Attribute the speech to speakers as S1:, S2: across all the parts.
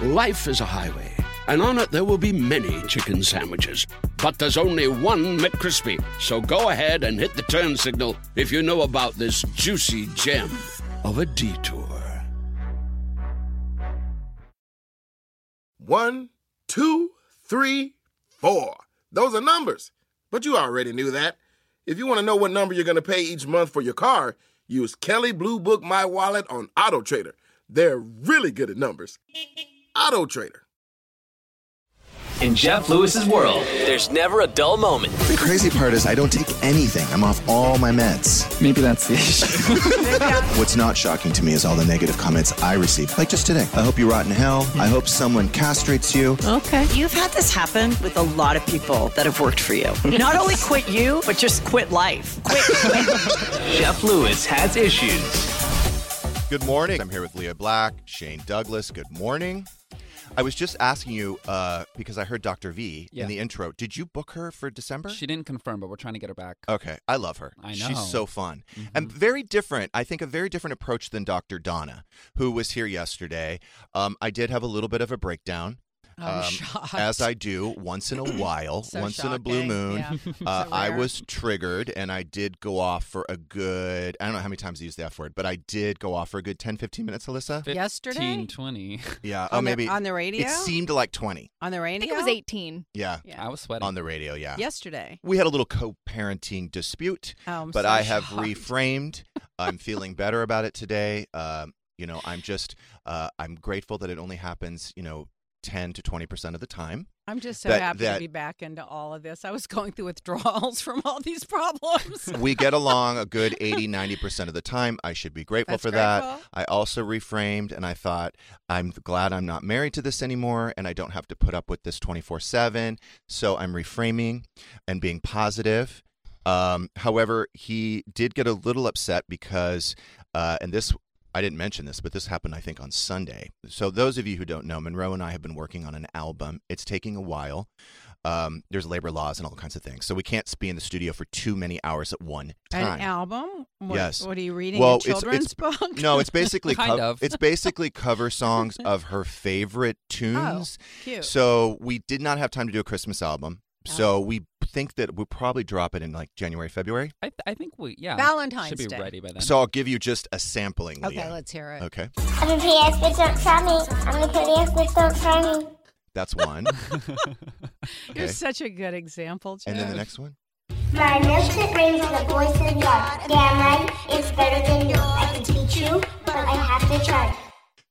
S1: Life is a highway, and on it there will be many chicken sandwiches. But there's only one McCrispy. So go ahead and hit the turn signal if you know about this juicy gem of a detour.
S2: One, two, three, four. Those are numbers. But you already knew that. If you want to know what number you're going to pay each month for your car, use Kelly Blue Book My Wallet on Auto Trader. They're really good at numbers. Auto Trader.
S3: In Jeff Lewis's world, there's never a dull moment.
S4: The crazy part is I don't take anything. I'm off all my meds.
S5: Maybe that's the issue.
S4: What's not shocking to me is all the negative comments I receive. Like just today. I hope you rot in hell. I hope someone castrates you.
S6: Okay. You've had this happen with a lot of people that have worked for you. Not only quit you, but just quit life. Quit, quit.
S3: Jeff Lewis has issues.
S7: Good morning. I'm here with Leah Black, Shane Douglas. Good morning. I was just asking you uh, because I heard Dr. V
S5: Yeah.
S7: in the intro. Did you book her for December?
S5: she didn't confirm, but we're trying to get her back.
S7: okay, I love her.
S5: I know.
S7: She's so fun. And
S8: Mm-hmm.
S7: very different. I think a very different approach than Dr. Donna, who was here yesterday. Um, I did have a little bit of a breakdown.
S8: I'm
S7: um,
S8: Oh, shocked.
S7: As I do once in a while,
S8: So
S7: once in a blue
S8: shocking.
S7: moon,
S8: Yeah.
S7: uh,
S8: So
S7: I
S8: rare.
S7: was triggered and I did go off for a good, I don't know how many times I used the F word, but I did go off for a good 10, 15 minutes, Alyssa.
S8: Yesterday?
S5: 15, 20.
S7: Yeah.
S8: On
S7: oh,
S8: the-
S7: maybe
S8: on the radio?
S7: It seemed like twenty.
S8: on the
S9: I
S8: radio.
S9: think it was 18.
S7: Yeah,
S5: I was sweating.
S7: on the radio. Yeah.
S8: yesterday.
S7: We had a little co-parenting dispute,
S8: Oh, I'm
S7: but
S8: so
S7: I have
S8: shocked.
S7: reframed. I'm feeling better about it today. Um, you know, I'm just uh, I'm grateful that it only happens. You know. 10 to 20% of the time.
S8: I'm just so
S7: that-
S8: happy
S7: that-
S8: to be back into all of this. I was going through withdrawals from all these problems.
S7: We get along a good 80, 90% of the time. I should be grateful
S8: That's
S7: for that.
S8: grateful.
S7: I also reframed and I thought, I'm glad I'm not married to this anymore and I don't have to put up with this 24 7. So I'm reframing and being positive. Um, however, he did get a little upset because, uh, and this, I didn't mention this, but this happened, I think, on Sunday. So, those of you who don't know, Monroe and I have been working on an album. It's taking a while. Um, there's labor laws and all kinds of things. So, we can't be in the studio for too many hours at one time.
S8: An album? What,
S7: Yes.
S8: What are you reading?
S7: Well,
S8: a
S7: it's- it's-
S8: children's book?
S7: No, it's basically
S5: Kind
S7: cov-
S5: of.
S7: it's basically cover songs of her favorite tunes.
S8: Oh, cute.
S7: So we did not have time to do a Christmas album. So we think that we'll probably drop it in like January, February.
S5: I, th- I think we, yeah.
S8: Valentine's
S5: Should be
S8: Day.
S5: ready by then.
S7: So I'll give you just a sampling.
S8: Okay,
S7: Leah.
S8: let's hear it.
S7: Okay,
S10: I'm a PS, but don't try me. I'm a PS, but don't try me.
S7: that's one.
S8: You're
S7: okay.
S8: such a good example, Jeff.
S7: and then the next one.
S10: My milkshake brings the boys to the yard. Damn right, it's better than yours. I can teach you, but I have to try.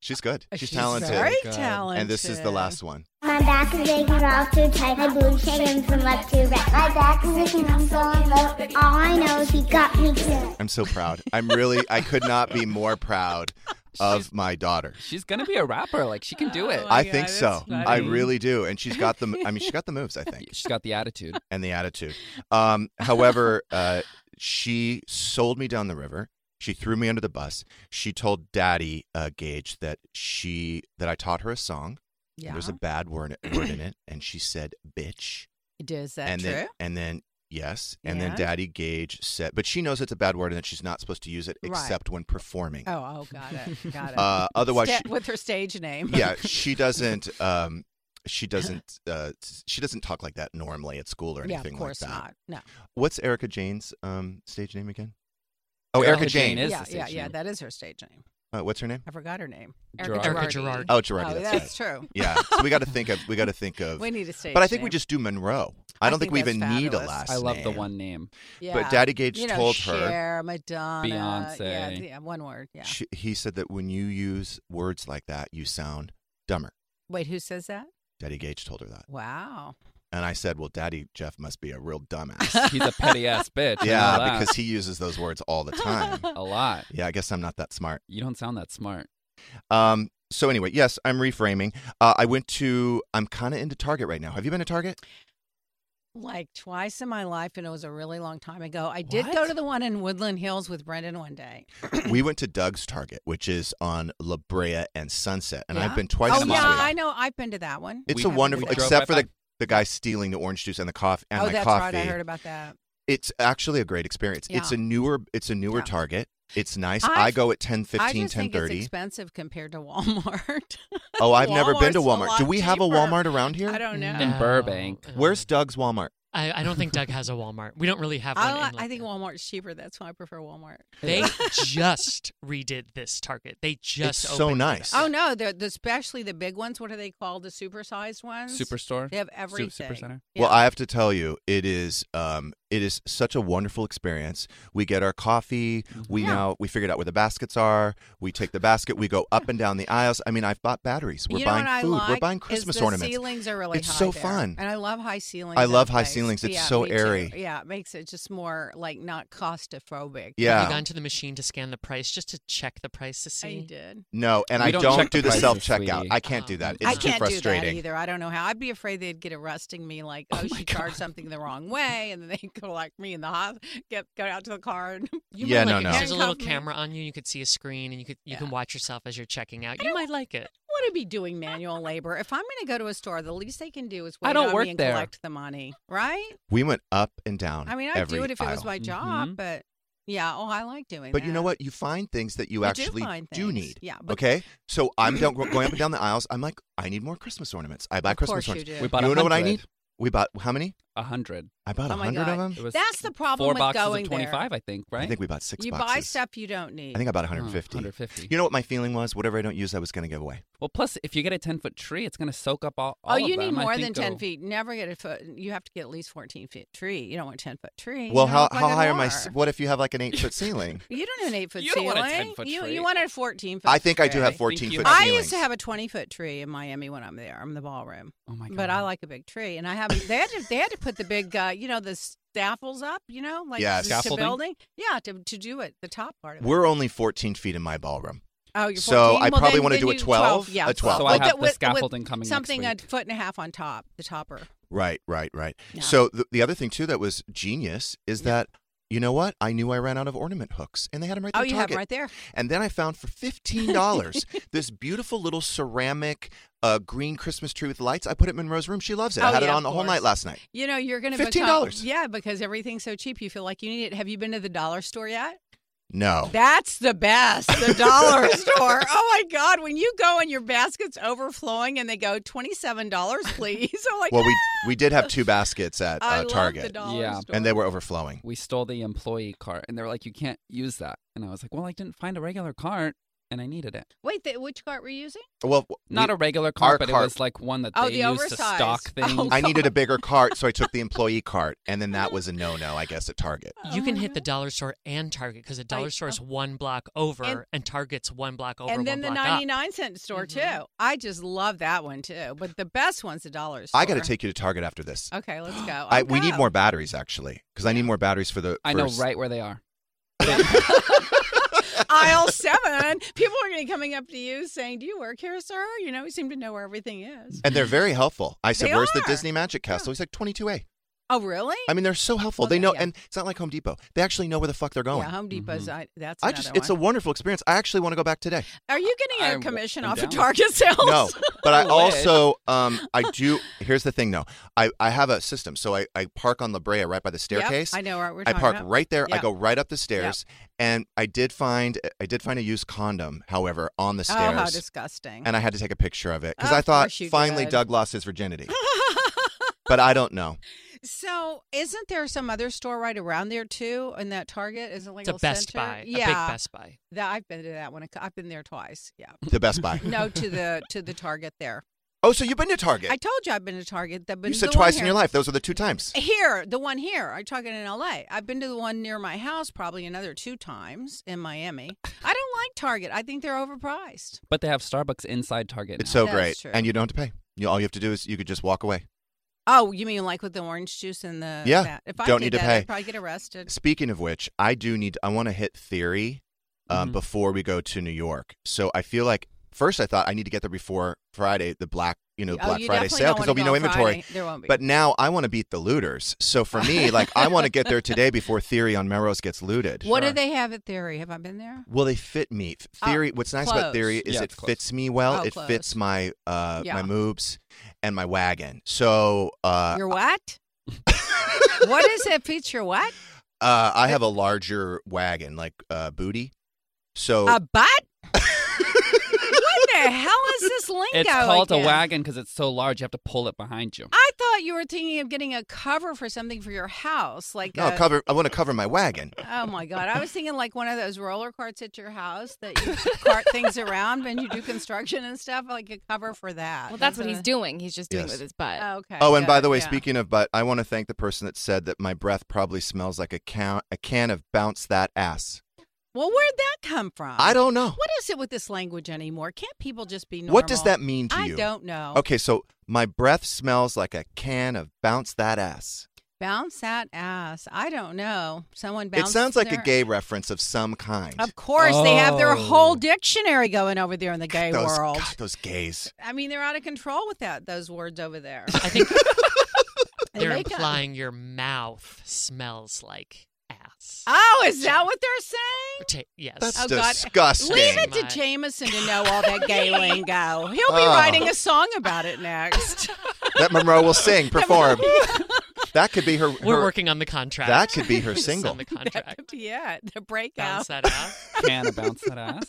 S7: She's good. She's,
S8: Oh, She's
S7: talented.
S8: very
S5: Good.
S8: talented.
S7: And this is the last one.
S10: My back is aching all too tight. My boobs shaking from left to right. My back is aching. I'm so in love. All I know is he got me good.
S7: I'm so proud. I'm really. I could not be more proud of my daughter.
S5: She's going to be a rapper. Like, she can do it.
S8: Oh my
S7: I think
S8: God,
S7: so.
S8: that's
S7: I
S8: funny.
S7: really do. And she's got the. I mean, she got the moves. I think.
S5: She's got the attitude.
S7: and the attitude. Um, however, uh, she sold me down the river. She threw me under the bus. She told Daddy uh, Gage that she that I taught her a song. and
S8: Yeah.
S7: There's a bad word, word in it, and she said "bitch."
S8: Is that
S7: and
S8: true?
S7: then and then yes, and
S8: Yeah.
S7: then Daddy Gage said, but she knows it's a bad word and that she's not supposed to use it
S8: Right.
S7: except when performing.
S8: oh, oh, got it. Got it.
S7: Uh, otherwise,
S8: Sta-
S7: she,
S8: with her stage name.
S7: yeah, she doesn't. Um, she doesn't. Uh, she doesn't talk like that normally at school or
S8: yeah,
S7: anything
S8: of course
S7: like that.
S8: not. No.
S7: What's Erica Jane's um, stage name again? Oh,
S5: Erica
S7: Erica Jane.
S5: Jane is-
S8: yeah,
S5: the
S8: yeah,
S5: stage
S8: yeah.
S5: name.
S8: That is her stage name.
S7: Uh, what's her name?
S8: I forgot her name.
S9: Erica
S5: Gerardi.
S9: Gerardi.
S5: Gerardi.
S7: Oh, Gerardi.
S8: oh,
S7: that's,
S8: that's
S7: it.
S8: true.
S7: Yeah. So we got to think of. We got to think of.
S8: We need a stage.
S7: but I think we
S8: name.
S7: just do Monroe. I
S8: I
S7: don't think,
S8: think
S7: we
S8: that's
S7: even need a
S8: fabulous.
S7: last
S5: I love the
S7: name.
S5: one name.
S8: Yeah.
S7: Daddy Gage
S8: you know,
S7: told her-
S8: Cher, Madonna,
S5: Beyonce.
S8: Yeah, yeah, one word. Yeah.
S7: She, he said that when you use words like that, you sound dumber.
S8: Wait, who says that?
S7: Daddy Gage told her that,
S8: Wow.
S7: and I said, "Well, Daddy Jeff must be a real dumbass."
S5: He's a petty ass bitch. I know
S7: yeah,
S5: that.
S7: because he uses those words all the time.
S5: a lot.
S7: Yeah, I guess I'm not that smart.
S5: You don't sound that smart.
S7: Um, so anyway, yes, I'm reframing. Uh, I went to. I'm kind of into Target right now. Have you been to Target?
S8: Like twice in my life, and it was a really long time ago. I did go
S5: What?
S8: to the one in Woodland Hills with Brendan one day.
S7: we went to Doug's Target, which is on La Brea and Sunset, and I've
S8: Yeah?
S7: been twice.
S8: oh
S7: this
S8: yeah,
S7: week.
S8: I know. I've been to that one.
S7: It's
S5: We-
S7: a wonderful,
S5: we drove
S7: except
S5: by
S7: for the
S5: five.
S7: the guy stealing the orange juice and the coffee and
S8: oh,
S7: my
S8: that's
S7: coffee.
S8: right. I heard about that.
S7: It's actually a great experience. It's a
S8: Yeah.
S7: newer, it's a newer
S8: Yeah.
S7: Target. It's nice.
S8: I've-
S7: I go at 10, 15,
S8: I just think it's
S7: 10:30.
S8: expensive compared to Walmart.
S7: Oh, I've never been to
S8: Walmart's a
S7: Walmart. Do
S8: lot
S7: we have a
S8: cheaper.
S7: Walmart around here?
S8: I don't know.
S5: In Burbank.
S7: Where's Doug's Walmart?
S9: I, I don't think Doug has a Walmart. We don't really have one.
S8: I,
S9: in
S8: li- I think
S9: Lincoln.
S8: Walmart's cheaper. That's why I prefer Walmart.
S9: they just redid this Target. They just
S7: It's so
S9: opened it up.
S7: nice.
S8: Oh no, the, the especially the big ones. What are they called? The supersized ones.
S5: Superstore.
S8: They have
S5: Su-
S8: everything.
S5: Supercenter.
S8: Yeah.
S7: Well, I have to tell you, it is um, it is such a wonderful experience. We get our coffee. We
S8: Mm-hmm. Yeah.
S7: now we figured out where the baskets are. We take the basket. We go up and down the aisles. I mean, I've bought batteries. We're
S8: you know
S7: buying
S8: what I
S7: food.
S8: like
S7: We're buying
S8: is
S7: Christmas
S8: the
S7: ornaments.
S8: Ceilings are really
S7: It's
S8: high
S7: so
S8: there.
S7: fun.
S8: and I love high ceilings.
S7: I
S8: in a
S7: love high
S8: place.
S7: ceilings. It's
S8: yeah,
S7: so
S8: me too.
S7: airy.
S8: Yeah, it makes it just more like not claustrophobic.
S9: Have you
S7: yeah.
S9: gone to the machine to scan the price just to check the price to
S8: I
S9: see?
S8: did.
S7: No, and
S5: We
S7: I
S5: don't
S7: don't,
S5: check the
S7: do the
S5: prices,
S7: self checkout.
S5: sweetie.
S7: I can't
S9: Oh.
S7: do that. It's
S8: I
S7: too
S8: can't do that
S7: frustrating.
S8: either. I don't know how. I'd be afraid they'd get arresting me, like, oh, she charged something the wrong way, and then they collect me in the hospital, get go out to the car. And
S9: You
S7: Yeah,
S9: might
S7: no,
S9: like it.
S7: no.
S9: 'cause There's a little
S8: Handcuff me.
S9: camera on you. You could see a screen, and you could you
S8: Yeah.
S9: can watch yourself as you're checking out. You might like it.
S8: want to be doing manual labor. If I'm going to go to a store, the least they can do is wait
S5: I don't
S8: on
S5: work
S8: me and
S5: there.
S8: collect the money, right? Mm-hmm.
S7: We went up and down.
S8: I mean, I'd
S7: every
S8: do it if it was
S7: aisle.
S8: my job,
S5: Mhm.
S8: but yeah, oh, I like doing
S7: But you know
S8: that.
S7: what? You find things that you
S8: I do
S7: actually
S8: find
S7: do
S8: things.
S7: need.
S8: Yeah, but-
S7: okay. So I'm down, going up and down the aisles. I'm like, I need more Christmas ornaments. I buy
S8: Of
S7: Christmas
S8: course you
S7: ornaments.
S8: do.
S5: We bought
S7: you know what I
S5: 100.
S7: need? We bought how many?
S5: A hundred.
S7: I bought a
S8: Oh my
S7: hundred
S8: God.
S7: of
S5: It
S7: them.
S5: was
S8: That's the problem
S5: Four
S8: with
S5: boxes
S8: going
S5: of
S8: there.
S5: twenty-five, I think. Right?
S7: I think we bought six
S8: You
S7: boxes.
S8: buy stuff you don't need.
S7: I think I bought
S5: Oh,
S7: 150.
S5: 150.
S7: You know what my feeling was? Whatever I don't use, I was going to give away.
S5: Well, plus if you get a ten-foot tree, it's going to soak up all.
S8: oh,
S5: all of
S8: you need
S5: them. I
S8: more than
S5: think
S8: 10
S5: they'll-
S8: feet. Never get a foot. You have to get at least 14 feet tree. You don't want 10 foot tree.
S7: well,
S8: You
S7: how
S8: look like
S7: how
S8: a
S7: high are my?
S8: whore.
S7: s- What if you have like an eight foot ceiling?
S8: You don't have an eight foot
S5: You don't
S8: ceiling.
S5: want a 10-foot
S8: you,
S5: tree.
S8: you want a 14 foot
S7: I think I do have
S8: tree.
S7: 14
S5: you.
S7: foot.
S8: I
S7: ceilings.
S8: used to have a 20 foot tree in Miami when I'm there. I'm in the ballroom.
S5: Oh my god.
S8: But I like a big tree, and I haven't. They had to. They had to put the big, uh, you know, the staffels up. You know, like
S7: Yeah,
S8: to- to
S5: Scaffolding?
S8: building. Yeah, to, to do it. The top part of it.
S7: We're only 14 feet in my ballroom.
S8: Oh, you're
S7: so
S8: 14?
S7: I
S8: Well,
S7: probably
S8: then-
S7: wanna
S8: then
S7: do a
S8: you-
S7: 12,
S8: Yeah,
S7: a 12.
S5: So I have
S8: the-
S5: the scaffolding coming next
S8: Something
S5: week.
S8: a foot and a half on top, the topper.
S7: Right, right, right.
S8: Yeah.
S7: So the, the other thing too that was genius is that you know what? I knew I ran out of ornament hooks, and they had them right there.
S8: Oh,
S7: at
S8: you have 'em
S7: Target.
S8: right there.
S7: And then I found for fifteen dollars this beautiful little ceramic uh, green Christmas tree with lights. I put it in Monroe's room. She loves it.
S8: Oh,
S7: I had it
S8: yeah,
S7: on the
S8: of
S7: whole night
S8: course.
S7: last night.
S8: You know, you're going to
S7: $15.
S8: Yeah, because everything's so cheap, you feel like you need it. Have you been to the dollar store yet?
S7: No.
S8: That's the best, the dollar store. Oh my God, when you go and your basket's overflowing, and they go twenty-seven dollars, please. I'm like,
S7: well, we we did have two baskets at
S8: I
S7: uh,
S8: love the
S7: Target,
S8: dollar
S5: Yeah.
S8: store.
S7: and they were overflowing.
S5: we stole the employee cart, and they were like, "You can't use that." And I was like, "Well, I didn't find a regular cart, and I needed it.
S8: Wait, the, which cart were you using?
S7: Well,
S5: Not
S7: we-
S5: a regular
S7: our
S5: cart, but
S7: cart-
S5: it was like one that
S8: Oh,
S5: they
S8: the
S5: used to stock
S8: oversized.
S5: things.
S8: Oh,
S7: I needed a bigger cart, so I took the employee cart, and then that was a no-no, I guess, at Target.
S9: You can hit the dollar store and Target because the dollar store is one block over
S8: oh. And-
S9: and, Target's one block over.
S8: and then the
S9: one block up.
S8: ninety-nine cent store too. I just love that one too. But the best one's the dollar store.
S7: I got to take you to Target after this.
S8: Okay, let's go.
S7: I,
S8: I'll
S7: we need
S8: go.
S7: more batteries actually, because I need more batteries for the.
S5: I know
S7: first-
S5: right where they are.
S8: aisle seven. People are going to be coming up to you saying, "Do you work here, sir?" You know, you seem to know where everything is.
S7: And they're very helpful. I said,
S8: They
S7: "Where's the
S8: are.
S7: Disney Magic Castle?" He's like, "22A."
S8: Oh, really?
S7: I mean, they're so helpful.
S8: Oh,
S7: they
S8: yeah,
S7: know,
S8: yeah.
S7: and it's not like Home Depot. They actually know where the fuck they're going.
S8: Yeah, Home Depot's.
S9: Mm-hmm.
S8: I, that's.
S7: I just,
S8: another
S7: it's a
S8: one.
S7: wonderful experience. I actually want to go back today.
S8: Are you getting a
S5: I'm-
S8: commission
S5: I'm
S8: off of
S5: down.
S8: Target sales?
S7: No, but I
S5: wish.
S7: also, um, I do. Here's the thing, though. I, I have a system, so I, I park on La Brea right by the staircase.
S8: I know what we're
S7: I
S8: talking
S7: park
S8: about.
S7: right there. I
S8: Yeah.
S7: go right up the stairs, and I did find, I did find a used condom, however, on the
S8: Oh,
S7: stairs.
S8: how disgusting!
S7: and I had to take a picture of it because
S8: Of
S7: I thought
S8: course you
S7: finally
S8: did.
S7: Doug lost his virginity. but I don't know.
S8: so, isn't there some other store right around there too? In that Target, isn't like
S9: It's a Best
S8: Center?
S9: Buy,
S8: Yeah,
S9: a big Best Buy.
S8: That, I've been to that one. a cou- I've been there twice. Yeah.
S7: The Best Buy.
S8: No, to the to the Target there.
S7: Oh, so you've been to Target?
S8: I told you I've been to Target. That
S7: you said twice in your life. Those are the two times.
S8: Here, the one here. I'm talking in LA. I've been to the one near my house probably another two times in Miami. I don't like Target. I think they're overpriced.
S5: But they have Starbucks inside Target.
S7: It's
S5: now.
S7: so
S8: That's
S7: great,
S8: true.
S7: and you don't have to pay. You, all you have to do is you could just walk away.
S8: Oh, you mean like with the orange juice and the
S7: Yeah,
S8: that. If I
S7: don't
S8: did
S7: need to
S8: that, I'd
S7: pay.
S8: probably get arrested.
S7: Speaking of which, I do need. I want to hit theory um,
S5: Mhm.
S7: before we go to New York. So I feel like first I thought I need to get there before Friday, the Black you know
S8: oh,
S7: Black
S8: you
S7: Friday
S8: definitely
S7: sale
S8: don't
S7: there'll be
S8: wanna
S7: no
S8: go on
S7: inventory.
S8: Friday. There won't be.
S7: But now I want to beat the looters. So for me, like I want to get there today before theory on Melrose gets looted.
S8: what do
S5: Sure.
S8: they have at Theory? Have I been there?
S7: Well, they fit me. Th-
S8: Oh,
S7: Theory. what's nice about
S8: clothes.
S7: theory is
S5: Yeah,
S7: it
S5: it's clothes.
S7: fits me well.
S8: Oh,
S7: it
S8: clothes.
S7: fits my uh
S8: Yeah.
S7: my moves and my wagon. So uh
S8: Your what? what is it? Feature what?
S7: Uh, I have a larger wagon, like uh, booty. So
S8: A butt? what the hell is this lingo?
S5: It's called
S8: again?
S5: a wagon because it's so large. You have to pull it behind you.
S8: I thought you were thinking of getting a cover for something for your house, like
S7: no
S8: a,
S7: cover. I want to cover my wagon.
S8: Oh my god! I was thinking like one of those roller carts at your house that you cart things around when you do construction and stuff, like a cover for that.
S11: Well, that's what he's doing. He's just doing it
S7: Yes.
S11: with his butt.
S8: Oh, okay.
S7: oh, and by
S8: good,
S7: the way,
S8: yeah.
S7: speaking of butt, I want to thank the person that said that my breath probably smells like a can a can of bounce that ass.
S8: Well, where'd that come from?
S7: I don't know.
S8: What is it with this language anymore? Can't people just be normal?
S7: What does that mean to
S8: I
S7: you?
S8: don't know.
S7: Okay, so my breath smells like a can of bounce that ass.
S8: Bounce that ass. I don't know. Someone bounce.
S7: it sounds like
S8: their-
S7: a gay reference of some kind.
S8: Of course, they have their
S7: Oh.
S8: whole dictionary going over there in the gay
S7: those,
S8: world.
S7: God, those gays.
S8: I mean, they're out of control with that those words over there.
S9: I think
S8: They
S9: they're
S8: make 'em.
S9: implying your mouth smells like ass.
S8: Oh, is that what they're saying?
S9: Ta- yes.
S8: That's Oh, God.
S7: disgusting.
S8: Leave it to Jameson to know all that gay lingo. He'll be
S7: Oh.
S8: writing a song about it next.
S7: that Monroe will sing, perform. that could be her.
S9: We're
S7: her-
S9: working on the contract.
S7: That could be her
S9: It's
S7: single.
S9: on the contract.
S8: yeah, the breakout. Oh.
S9: Bounce that ass.
S5: Can I bounce that ass?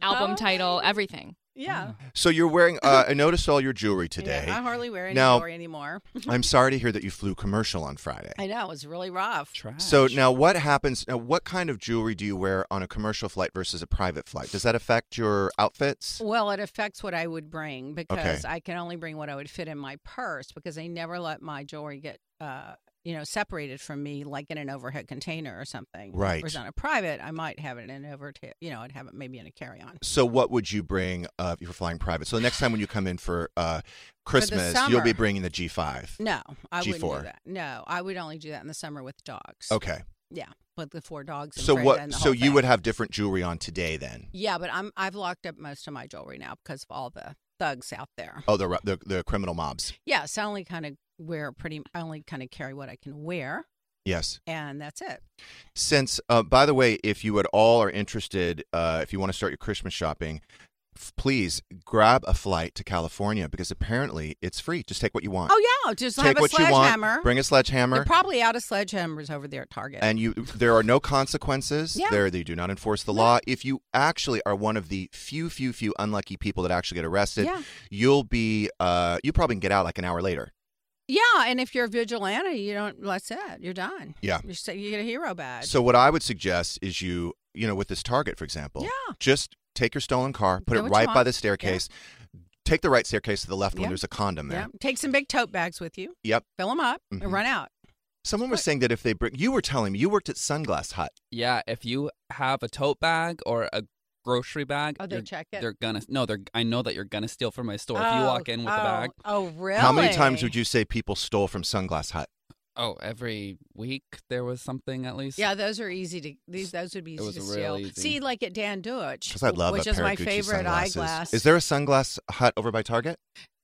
S11: Album title, everything.
S8: Yeah.
S9: Oh.
S7: So you're wearing. Uh, I noticed all your jewelry today.
S8: I hardly wear any
S7: now,
S8: jewelry anymore.
S7: I'm sorry to hear that you flew commercial on Friday.
S8: I know, it was really rough.
S7: So now, what happens? Now, what kind of jewelry do you wear on a commercial flight versus a private flight? Does that affect your outfits?
S8: Well, it affects what I would bring because I can only bring what I would fit in my purse because I never let my jewelry get, uh, you know, separated from me like in an overhead container or something.
S7: Right.
S8: Whereas on a private, I might have it in an overhead, you know, I'd have it maybe in a carry-on.
S7: So, what would you bring uh, if you're flying private? So, the next time when you come in for uh, Christmas, you'll
S8: summer.
S7: be bringing the G5.
S8: No, I wouldn't
S7: G4.
S8: do that. No, I would only do that in the summer with dogs.
S7: Okay.
S8: Yeah, with the four dogs. And
S7: So
S8: Freda
S7: what?
S8: And the
S7: So
S8: whole
S7: you
S8: thing.
S7: would have different jewelry on today then?
S8: Yeah, but I'm I've locked up most of my jewelry now because of all the thugs out there.
S7: Oh, the ru- the, the criminal mobs.
S8: Yeah, so I only kind of wear pretty. I only kind of carry what I can wear,
S7: Yes.
S8: and that's it.
S7: Since, uh, by the way, if you at all are interested, uh, if you want to start your Christmas shopping, f- please grab a flight to California because apparently it's free. Just take what you want.
S8: Oh yeah, I'll just
S7: take
S8: have a
S7: what you want.
S8: sledgehammer.
S7: Bring a
S8: They're
S7: sledgehammer.
S8: probably out of sledgehammers over there at Target.
S7: and you there are no consequences
S8: Yeah.
S7: there they do not enforce the law if you actually are one of the few few few unlucky people that actually get arrested
S8: Yeah.
S7: you'll be uh you probably can get out like an hour later
S8: yeah, and if you're a vigilante, you don't. That's it. You're done.
S7: Yeah.
S8: You're, sa- you get a hero badge.
S7: so what i would suggest is you you know with this target for example yeah. just take your stolen car put
S8: Do
S7: it
S8: what you
S7: right by
S8: want.
S7: the staircase take the right staircase to the left
S8: Yeah.
S7: when there's a condom there
S8: yeah, take some big tote bags with you.
S7: yep
S8: Fill them up
S7: Mhm.
S8: and run out.
S7: someone was saying that if they bring you were telling me you worked at sunglass hut
S5: Yeah, if you have a tote bag or a grocery bag,
S8: Oh, they
S5: you're-
S8: check it?
S5: They're gonna no, they're. I know that you're gonna steal from my store if you
S8: Oh,
S5: walk in with a
S8: oh,
S5: bag.
S8: Oh, really?
S7: how many times would you say people stole from sunglass hut
S5: Oh, every week there was something at least.
S8: Yeah, those are easy to. These those would be
S5: It
S8: easy
S5: was
S8: to
S5: real
S8: steal.
S5: easy.
S8: See, like at Dan Deutsch,
S7: because i love
S8: which
S7: a
S8: is
S7: pair
S8: my
S7: of Gucci
S8: favorite
S7: sunglasses.
S8: eyeglass.
S7: is there a sunglass hut over by target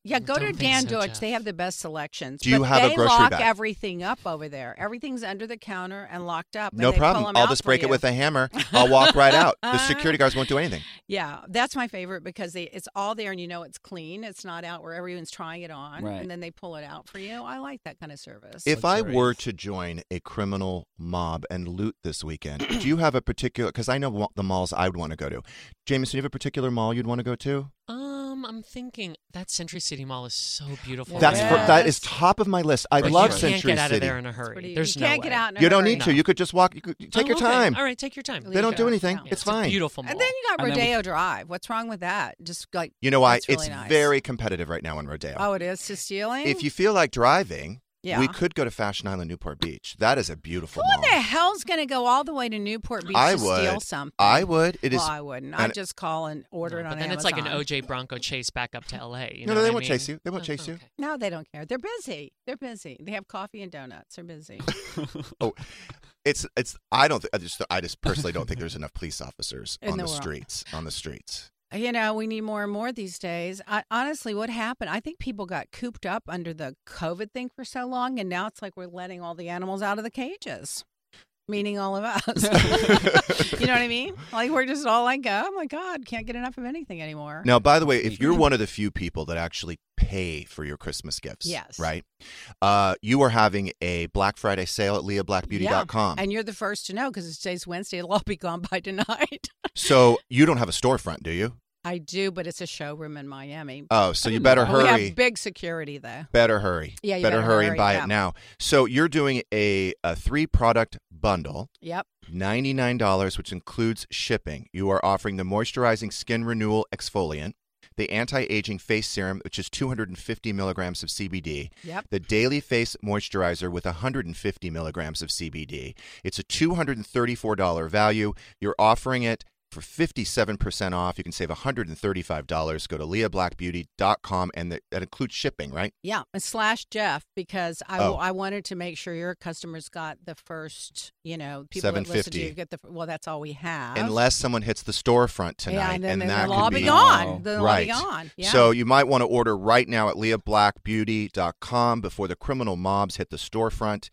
S8: Yeah, go to
S9: Don't think
S8: Dan
S9: so,
S8: Deutsch.
S9: Jeff.
S8: They have the best selections.
S7: Do you
S8: but
S7: have a
S8: they
S7: grocery
S8: lock
S7: bag?
S8: everything up over there. Everything's under the counter and locked up. and
S7: No
S8: they pull
S7: problem.
S8: 'em
S7: I'll
S8: out
S7: just
S8: for
S7: break
S8: you.
S7: it with a hammer. I'll walk right out. The security guards won't do anything.
S8: Yeah, that's my favorite because they it's all there and you know it's clean. It's not out where everyone's trying it on,
S7: Right.
S8: and then they pull it out for you. I like that kind of service.
S7: If I were to join a criminal mob and loot this weekend, do you have a particular? Because I know wa- the malls I would want to go to. Jameson, you have a particular mall you'd want to go to?
S9: Um, I'm thinking that Century City Mall is so beautiful.
S7: That's for, that is top of my list. I
S9: But
S7: love
S9: you
S7: Century
S9: can't get out
S7: City.
S9: of there in a hurry.
S8: pretty-
S9: There's
S8: you
S9: no
S8: can't get
S9: way.
S8: out in a
S7: you don't
S8: hurry.
S7: need to. You could just walk. You could, take
S9: Oh,
S7: your
S9: okay.
S7: time.
S9: All right, take your time.
S7: They don't do anything.
S8: Yeah.
S7: It's fine.
S9: Beautiful mall.
S8: and then you got
S5: And then we-
S8: Rodeo Drive. What's wrong with that? Just like
S7: You know why?
S8: that's really
S7: it's
S8: nice.
S7: very competitive right now in Rodeo.
S8: Oh, it is to stealing.
S7: if you feel like driving,
S8: Yeah.
S7: we could go to Fashion Island, Newport Beach. That is a beautiful
S8: Who
S7: mall.
S8: in the hell's going to go all the way to Newport Beach
S7: I
S8: to
S7: would.
S8: steal something?
S7: I would. It is-
S8: Well, I wouldn't.
S7: and-
S8: I'd just call and order it
S9: But
S8: on
S9: then it's
S8: Amazon.
S9: like an OJ Bronco chase back up to LA. You
S7: No,
S9: know
S7: no, they
S9: what I
S7: won't chase
S9: mean?
S7: you. They won't
S9: Oh,
S7: chase you.
S9: okay.
S8: No, they don't care. They're busy. They're busy. They have coffee and donuts. They're busy.
S7: Oh, it's it's. I don't. Th- I just. I just personally don't think there's enough police officers
S8: In
S7: on
S8: the
S7: the,
S8: world.
S7: streets. On the streets.
S8: you know, we need more and more these days. I, honestly, what happened? I think people got cooped up under the COVID thing for so long, and now it's like we're letting all the animals out of the cages. meaning all of us. you know what I mean? Like we're just all like, oh my god, can't get enough of anything anymore.
S7: Now, by the way, if you're one of the few people that actually pay for your Christmas gifts,
S8: Yes.
S7: right? Uh, you are having a Black Friday sale at leahblackbeauty.com.
S8: and you're the first to know because today's Wednesday. It'll all be gone by tonight.
S7: so you don't have a storefront, do you?
S8: I do, but it's a showroom in Miami.
S7: Oh, so you better
S8: We
S7: hurry.
S8: have big security though.
S7: Better hurry.
S8: Yeah, you
S7: better,
S8: better
S7: hurry and
S8: hurry,
S7: buy
S8: yeah.
S7: it now. So you're doing a, a three product bundle.
S8: Yep.
S7: $99, which includes shipping. You are offering the moisturizing skin renewal exfoliant, the anti aging face serum, which is 250 milligrams of CBD,
S8: Yep.
S7: the daily face moisturizer with 150 milligrams of CBD. It's a $234 value. You're offering it for 57% off. You can save $135. Go to leahblackbeauty.com, and that that includes shipping, right?
S8: Yeah, and slash Jeff because I,
S7: Oh.
S8: I wanted to make sure your customers got the first, you know, people that listen to
S7: 750.
S8: you get the well. That's all we have.
S7: Unless someone hits the storefront tonight,
S8: Yeah, and then they'll
S7: that could
S8: all be
S7: be
S8: gone. They'll all be
S7: right.
S8: gone. Yeah.
S7: So you might want to order right now at leahblackbeauty.com before the criminal mobs hit the storefront.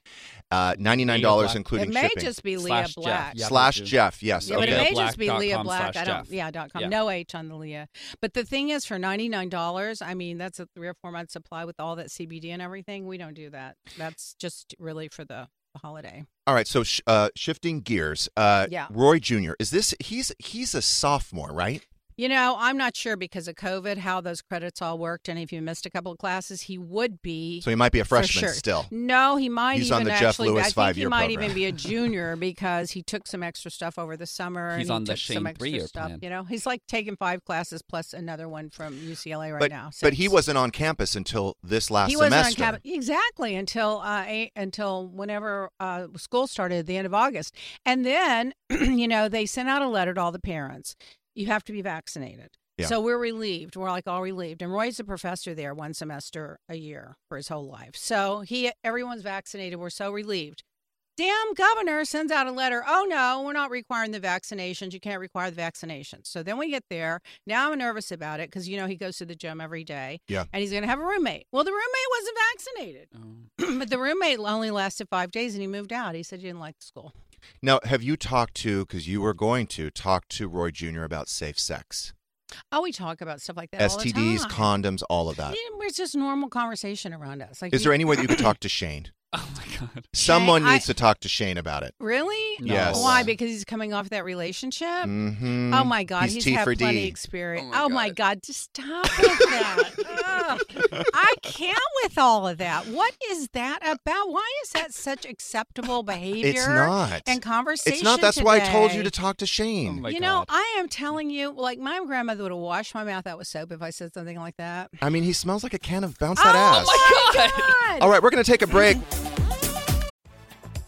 S7: Uh, Ninety-nine dollars,
S8: Black.
S7: including
S8: It may
S7: shipping.
S8: just be Leah Slash Jeff. Black. Yeah,
S7: slash
S8: please do.
S7: Jeff. Yes.
S8: Yeah,
S7: okay.
S8: but it may just be Leah Black. I don't.
S7: Jeff.
S8: Yeah, dot com.
S7: Yeah.
S8: No H on the Leah. But the thing is, for ninety nine dollars, I mean, that's a three or four month supply with all that CBD and everything. We don't do that. That's just really for the holiday.
S7: All right. So sh- uh, shifting gears. Uh,
S8: Yeah.
S7: Roy Jr. Is this? He's he's a sophomore, right?
S8: You know, I'm not sure because of COVID how those credits all worked, and if you missed a couple of classes, he would be.
S7: So he might be a
S8: for
S7: freshman
S8: sure.
S7: still.
S8: No, he might
S7: He's
S8: even
S7: on the Jeff
S8: actually.
S7: Lewis
S8: I think he
S7: five-year
S8: might
S7: program.
S8: even be a junior because he took some extra stuff over the summer. and
S5: He's
S8: he
S5: on the
S8: took some
S5: Shane
S8: extra
S5: three-year
S8: stuff.
S5: plan.
S8: You know, he's like taking five classes plus another one from UCLA right
S7: but
S8: now.
S7: but he
S8: since-
S7: wasn't on campus until this last
S8: he wasn't
S7: semester.
S8: on campus exactly until uh, eight, until whenever uh, school started at the end of August, and then you know they sent out a letter to all the parents. You have to be vaccinated.
S12: Yeah.
S8: So we're relieved. We're like all relieved. And Roy's a professor there, one semester a year for his whole life. So he, everyone's vaccinated. We're so relieved. Damn governor sends out a letter. Oh no, we're not requiring the vaccinations. You can't require the vaccinations. So then we get there. Now I'm nervous about it because you know he goes to the gym every day.
S7: Yeah.
S8: And he's gonna have a roommate. Well, the roommate wasn't vaccinated,
S7: Oh.
S8: but the roommate only lasted five days and he moved out. He said he didn't like the school.
S7: Now, have you talked to? Because you were going to talk to Roy Jr. about safe sex,
S8: Oh, we talk about stuff like that. all the
S7: STDs,
S8: time.
S7: condoms, all of that.
S8: Yeah, It's just normal conversation around us. Like,
S7: Is
S8: we-
S7: there any way that you could talk to Shane? Oh my god! Someone
S8: Shane, I-
S7: needs to talk to Shane about it.
S8: Really?
S7: No. Yes.
S8: Why? Because he's coming off that relationship.
S7: Mhm.
S8: Oh my God,
S7: He's
S8: he's,
S7: T
S8: had
S7: for
S8: plenty
S7: D.
S8: experience. Oh my, God, just stop with that. Ugh. I can't with all of that. What is that about? Why is that such acceptable behavior?
S7: not.
S8: And conversation.
S7: It's not. That's why I told you
S8: today?
S7: to talk to Shane.
S8: you know, I am telling you, like my grandmother would have washed my mouth out with soap if I said something like that.
S7: I mean, he smells like a can of bounce that ass.
S8: Oh my God.
S7: All right, we're going to take a break.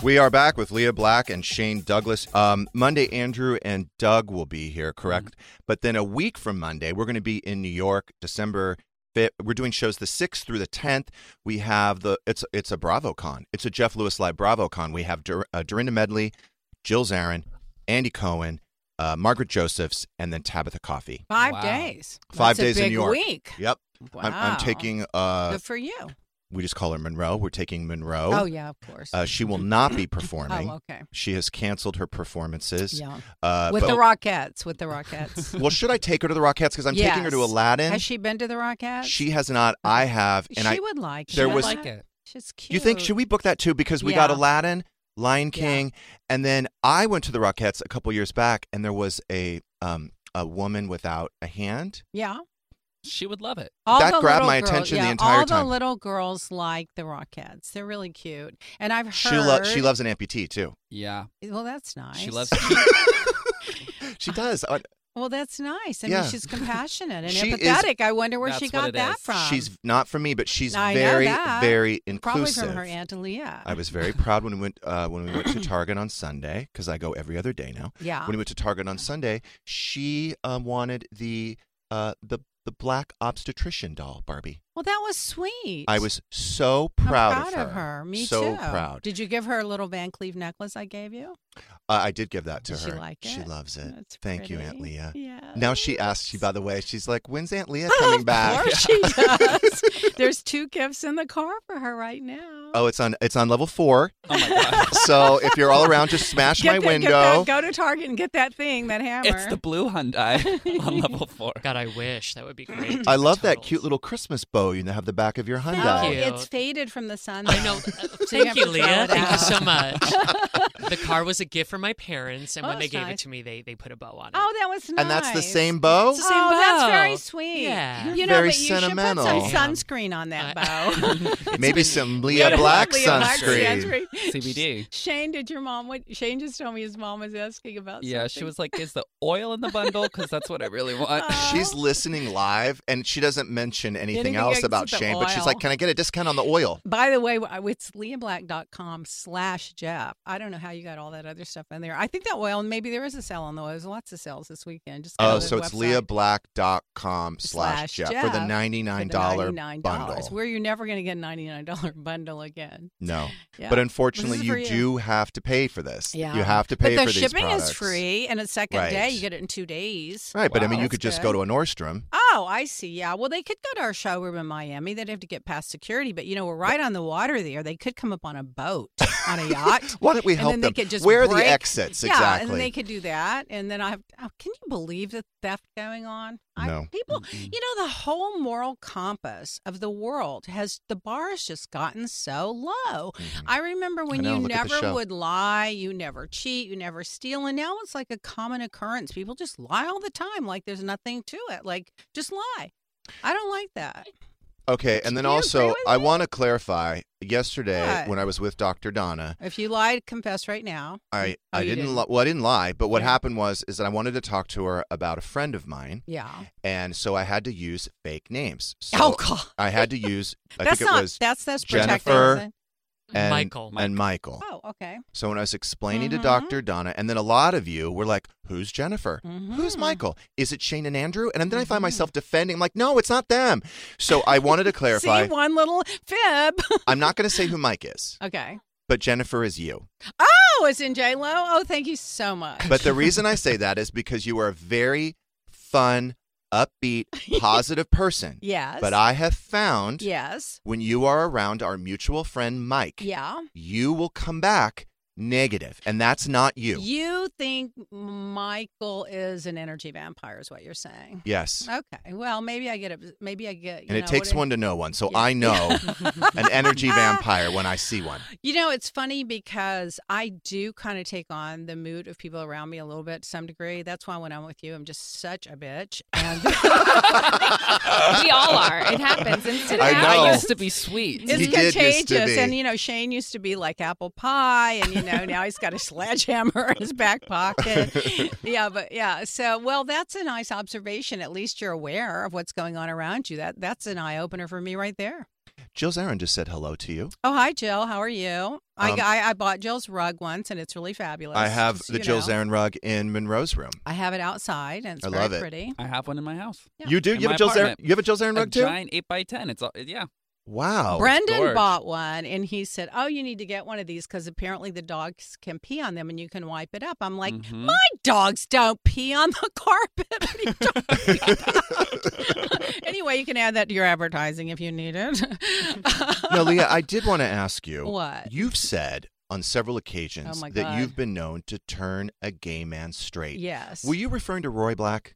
S7: We are back with Leah Black and Shane Douglas. Um, Monday, Andrew and Doug will be here, correct?
S8: Mm-hmm.
S7: But then a week from Monday, we're going to be in New York, December. 5th. We're doing shows the sixth through the tenth. We have the it's it's a BravoCon. It's a Jeff Lewis Live BravoCon. We have Dur- uh, Dorinda Medley, Jill Zarin, Andy Cohen, uh, Margaret Josephs, and then Tabitha Coffee.
S8: Five days.
S7: Five
S8: That's a
S7: days in
S8: big
S7: New York.
S8: Week.
S7: Yep. I'm,
S8: Wow.
S7: I'm taking. Uh,
S8: Good for you.
S7: we just call her Monroe. We're taking Monroe.
S8: Oh, yeah, of course.
S7: Uh, she will not be performing.
S8: Oh, okay.
S7: She has canceled her performances.
S8: Yeah.
S7: Uh,
S8: with
S7: but-
S8: the Rockettes. With the Rockettes.
S7: Well, should I take her to the Rockettes? Because I'm taking her to
S8: Yes.
S7: Aladdin.
S8: Has she been to the Rockettes?
S7: She has not. I have. And
S8: she
S7: I
S8: would like.
S7: There
S8: it.
S7: was.
S8: She's cute.
S7: You think should we book that too? Because we got
S8: Yeah.
S7: Aladdin, Lion King, and then I went to the Rockettes a couple years back, and there was a um a woman without a hand.
S8: Yeah.
S5: She would love it.
S8: All
S7: That
S8: the
S7: grabbed
S8: little
S7: my
S8: girl-
S7: attention the
S8: yeah,
S7: entire
S8: all
S7: time.
S8: the little girls like the Rockettes. They're really cute, and I've heard.
S7: She lo- uh, she loves an amputee too.
S5: Yeah,
S8: Eh, Well, that's nice.
S5: she loves.
S8: Ah,
S7: she does. Uh,
S8: Well, that's nice. I
S7: Yeah.
S8: mean, she's compassionate and
S7: She is-
S8: empathetic. I wonder where she
S5: That's what
S8: got
S5: it
S8: that
S5: is.
S8: from.
S7: She's not from me, but she's
S8: I know
S7: very,
S8: that.
S7: very
S8: Probably
S7: inclusive.
S8: from her aunt Leah.
S7: I was very proud when we went uh, when we went to Target on Sunday because I go every other day now.
S8: Yeah.
S7: When we went to Target on Sunday, she um, wanted the uh, the the black obstetrician doll Barbie.
S8: Well, that was sweet.
S7: I was so
S8: I'm
S7: proud,
S8: proud
S7: her.
S8: of her. Me
S7: so
S8: too.
S7: proud.
S8: Did you give her a little Van Cleef necklace I gave you?
S7: Uh, I did give that to
S8: Did she
S7: her.
S8: like
S7: She
S8: it?
S7: loves it.
S8: That's
S7: Thank you, Aunt
S8: pretty.
S7: Leah.
S8: Yeah.
S7: Now she asks. She by the way, she's like, "When's Aunt Leah coming back?"
S8: Of course she does. There's two gifts in the car for her right now.
S7: Oh, it's on it's on level four. Oh my god! so if you're all around, just smash
S8: Get
S7: my
S8: that- get
S7: window.
S8: that- go to Target and get that thing, that hammer.
S5: It's the blue Hyundai on level four.
S9: God, I wish that would be great.
S7: I love that cute little Christmas bow you have the back of your Hyundai.
S9: you.
S8: It's faded from the sun. I know.
S9: Uh, Thank you, Leah. Thank you so much. the car was a gift from my parents, and
S8: Oh,
S9: when they
S8: that's
S9: gave it
S8: nice.
S9: to me, they, they put a bow on it.
S8: Oh, that was nice.
S7: And that's the same bow.
S9: It's the same
S8: oh, that's
S9: bow.
S8: very sweet.
S9: Yeah. You're
S8: you know,
S7: very
S8: but you
S7: sentimental.
S8: should put some sunscreen on that bow.
S7: Maybe some Leah Black sunscreen.
S5: CBD.
S8: Shane, did your mom? What Shane just told me his mom was asking about.
S5: Yeah, she
S8: something.
S5: was like, "Is the oil in the bundle? Because that's what I really want."
S7: She's listening live, and she doesn't mention anything,
S8: Anything
S7: else about
S8: except the
S7: Shane. But she's
S8: oil.
S7: like, "Can I get a discount on the oil?"
S8: By the way, I- it's leahblack.com slash Jeff. I don't know how you got all that other stuff in there. I think that oil, and maybe there is a sale on the oil. There's lots of sales this weekend. Just go to
S7: Oh,
S8: the
S7: so it's
S8: website.
S7: leahblack.com slash Jeff for the
S8: Jeff
S7: $99
S8: for the $99
S7: bundle.
S8: Where you're never going to get a $99 bundle again.
S7: No.
S8: Yeah.
S7: But
S8: This
S7: unfortunately,
S8: is
S7: you,
S8: for you.
S7: do have to pay for this.
S8: Yeah.
S7: You have to pay
S8: but the
S7: for these
S8: shipping
S7: products.
S8: is free, and a second
S7: Right.
S8: day you get it in two days.
S7: Right, but I mean, you
S8: That's
S7: could just go
S8: good.
S7: to a Nordstrom.
S8: Oh, I see. Yeah. Well, they could go to our showroom in Miami. They'd have to get past security, but you know, we're right on the water there. They could come up on a boat, on a yacht.
S7: Why don't we
S8: and
S7: help
S8: then
S7: them?
S8: They could just
S7: Where are the
S8: break-
S7: exits
S8: Yeah, and
S7: exactly?
S8: then they could do that. And then I have. Oh, can you believe the theft going on?
S7: No.
S8: people, you know, the whole moral compass of the world has the bar has just gotten so low.
S7: Mm-hmm.
S8: I remember when
S7: know,
S8: you
S7: look at the
S8: never
S7: show.
S8: would lie, you never cheat, you never steal, and now it's like a common occurrence. People just lie all the time, like there's nothing to it. Like just lie. I don't like that.
S7: Okay, and then
S8: you agree
S7: also,
S8: with
S7: I want to clarify. Yesterday,
S8: What?
S7: when I was with Dr. Donna,
S8: If you lie, confess right now.
S7: I,
S8: Oh,
S7: I
S8: you
S7: didn't,
S8: didn't.
S7: Li- well I didn't lie, but what happened was is that I wanted to talk to her about a friend of mine,
S8: Yeah.
S7: and so I had to use fake names. So
S8: Oh, God.
S7: I had to use. I
S8: that's
S7: think
S8: not
S7: it was
S8: that's that's protecting.
S7: Jennifer
S8: isn't
S7: and
S9: Michael.
S7: and Michael.
S8: it? Oh, okay.
S7: So when I was explaining to
S8: Mhm.
S7: Dr. Donna, and then a lot of you were like, Who's Jennifer? Who's
S8: Mm-hmm.
S7: Michael? Is it Shane and Andrew? And then I find myself defending. I'm like, No, it's not them. So I wanted to clarify.
S8: See one little fib.
S7: I'm not going to say who Mike is,
S8: okay.
S7: but Jennifer is you.
S8: Oh, it's in J Lo. Oh, thank you so much.
S7: But the reason I say that is because you are a very fun, upbeat, positive person.
S8: Yes.
S7: But I have found
S8: Yes.
S7: when you are around our mutual friend Mike,
S8: Yeah.
S7: you will come back negative, and that's not you.
S8: You think Michael is an energy vampire, is what you're saying?
S7: Yes.
S8: Okay. Well, maybe I get it. Maybe I get. you
S7: and it
S8: know,
S7: takes
S8: what
S7: one to know one, so I know an energy vampire when I see one.
S8: You know, it's funny because I do kind of take on the mood of people around me a little bit to some degree. That's why when I'm with you, I'm just such a bitch. And
S11: we all are. It happens. Instant
S7: I
S11: happens.
S7: know.
S5: I used to be sweet.
S8: It's contagious. And, you know, Shane used to be like apple pie, and, you know, now he's got a sledgehammer in his back pocket. yeah, but yeah. So, well, that's a nice observation. At least you're aware of what's going on around you. That That's an eye opener for me right there.
S7: Jill Zarin just said hello to you.
S8: Oh, hi, Jill. How are you? I,
S7: Um,
S8: I, I bought Jill's rug once, and it's really fabulous.
S7: I have
S8: Just,
S7: the
S8: you
S7: Jill
S8: know.
S7: Zarin rug in Monroe's room.
S8: I have it outside, and it's
S7: I
S8: very
S7: love it.
S8: pretty.
S5: I have one in my house.
S7: You do?
S5: In
S7: You have
S5: my
S7: a Jill Zarin?
S5: apartment.
S7: You have a Jill Zarin
S5: A
S7: rug too?
S5: Giant eight by ten. It's all yeah.
S7: Wow.
S8: Brendan bought one, and he said, "Oh, you need to get one of these because apparently the dogs can pee on them, and you can wipe it up." I'm like,
S7: Mm-hmm.
S5: Mm-hmm.
S8: "My dogs don't pee on the carpet." What are you talking about? anyway, you can add that to your advertising if you need it.
S7: no, Leah, I did want to ask you.
S8: What? Oh
S7: You've said on several occasions
S8: my
S7: that
S8: God.
S7: you've been known to turn a gay man straight.
S8: Yes.
S7: Were you referring to Roy Black?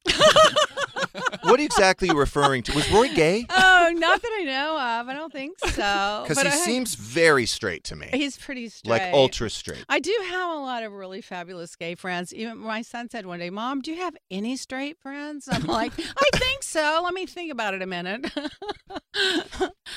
S7: what exactly are you referring to? Was Roy gay?
S8: oh, not that I know of. I don't think so.
S7: Because
S8: Oh, But
S7: he
S8: I-
S7: seems very straight to me.
S8: He's pretty straight.
S7: Like ultra straight.
S8: I do have a lot of really fabulous gay friends. Even my son said one day, "Mom, do you have any straight friends?" I'm like, "I think so. Let me think about it a minute."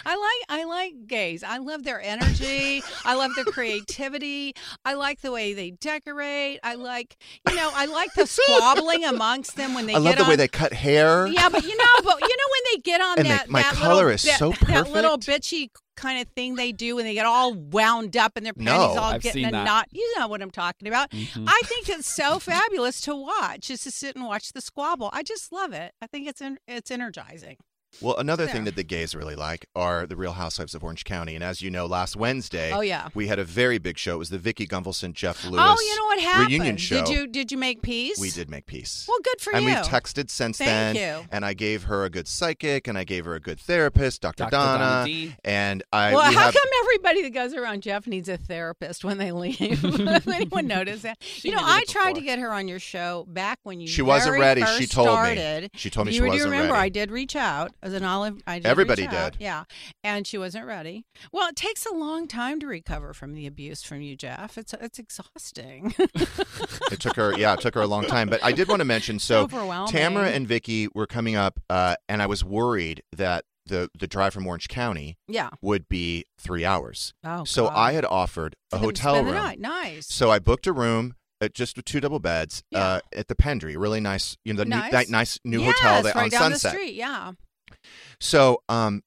S8: I like I like gays. I love their energy. I love their creativity. I like the way they decorate. I like you know I like the squabbling amongst them when they
S7: I love
S8: get
S7: the way
S8: on-
S7: they cut hair.
S8: yeah, but you know, but you know when they get on
S7: And they-
S8: that
S7: my
S8: that
S7: color
S8: little,
S7: is
S8: that,
S7: so
S8: That little bitchy kind of thing they do when they get all wound up and their
S7: No,
S8: panties all
S7: I've
S8: getting
S7: seen
S8: a
S7: that.
S8: knot. You know what I'm talking about.
S7: Mhm.
S8: I think it's so fabulous to watch, just to sit and watch the squabble. I just love it. I think it's en- it's energizing.
S7: Well, another thing
S8: There.
S7: that the gays really like are the Real Housewives of Orange County. And as you know, last Wednesday,
S8: Oh, yeah.
S7: we had a very big show. It was the Vicky Gunvalson, Jeff Lewis
S8: oh, you know what happened?
S7: reunion show.
S8: Did you did you make peace?
S7: We did make peace.
S8: Well, good for
S7: and
S8: you.
S7: we've texted since then.
S8: Thank you.
S7: And I gave her a good psychic, and I gave her a good therapist, Dr.
S5: Dr.
S7: Donna.
S5: Donna D.
S7: And I
S8: well,
S7: we
S8: how
S7: have,
S8: come everybody that goes around Jeff needs a therapist when they leave? Does anyone notice that? you know,
S7: needed
S8: I
S7: it
S8: tried to
S7: before.
S8: get her on your show back when you
S7: She wasn't
S8: very
S7: ready.
S8: first
S7: She told me.
S8: started.
S7: She told me
S8: you
S7: she
S8: do
S7: wasn't
S8: remember
S7: ready.
S8: I did reach out as an olive. I did
S7: Everybody
S8: reach out,
S7: did.
S8: Yeah, and she wasn't ready. Well, it takes a long time to recover from the abuse from you, Jeff. It's it's exhausting.
S7: it took her yeah it took her a long time but i did want to mention so
S8: Overwhelming.
S7: tamara and vicky were coming up uh, and i was worried that the the drive from orange county
S8: Yeah.
S7: would be three hours
S8: Oh,
S7: so
S8: God.
S7: i had offered a
S8: Let them
S7: hotel
S8: spend the
S7: room
S8: night. Nice.
S7: so i booked a room uh, just with two double beds uh, at the Pendry, really nice, you know, the
S8: nice,
S7: new, that nice new
S8: yes,
S7: hotel that
S8: right
S7: on
S8: down
S7: Sunset.
S8: the street. Yeah,
S7: So, um,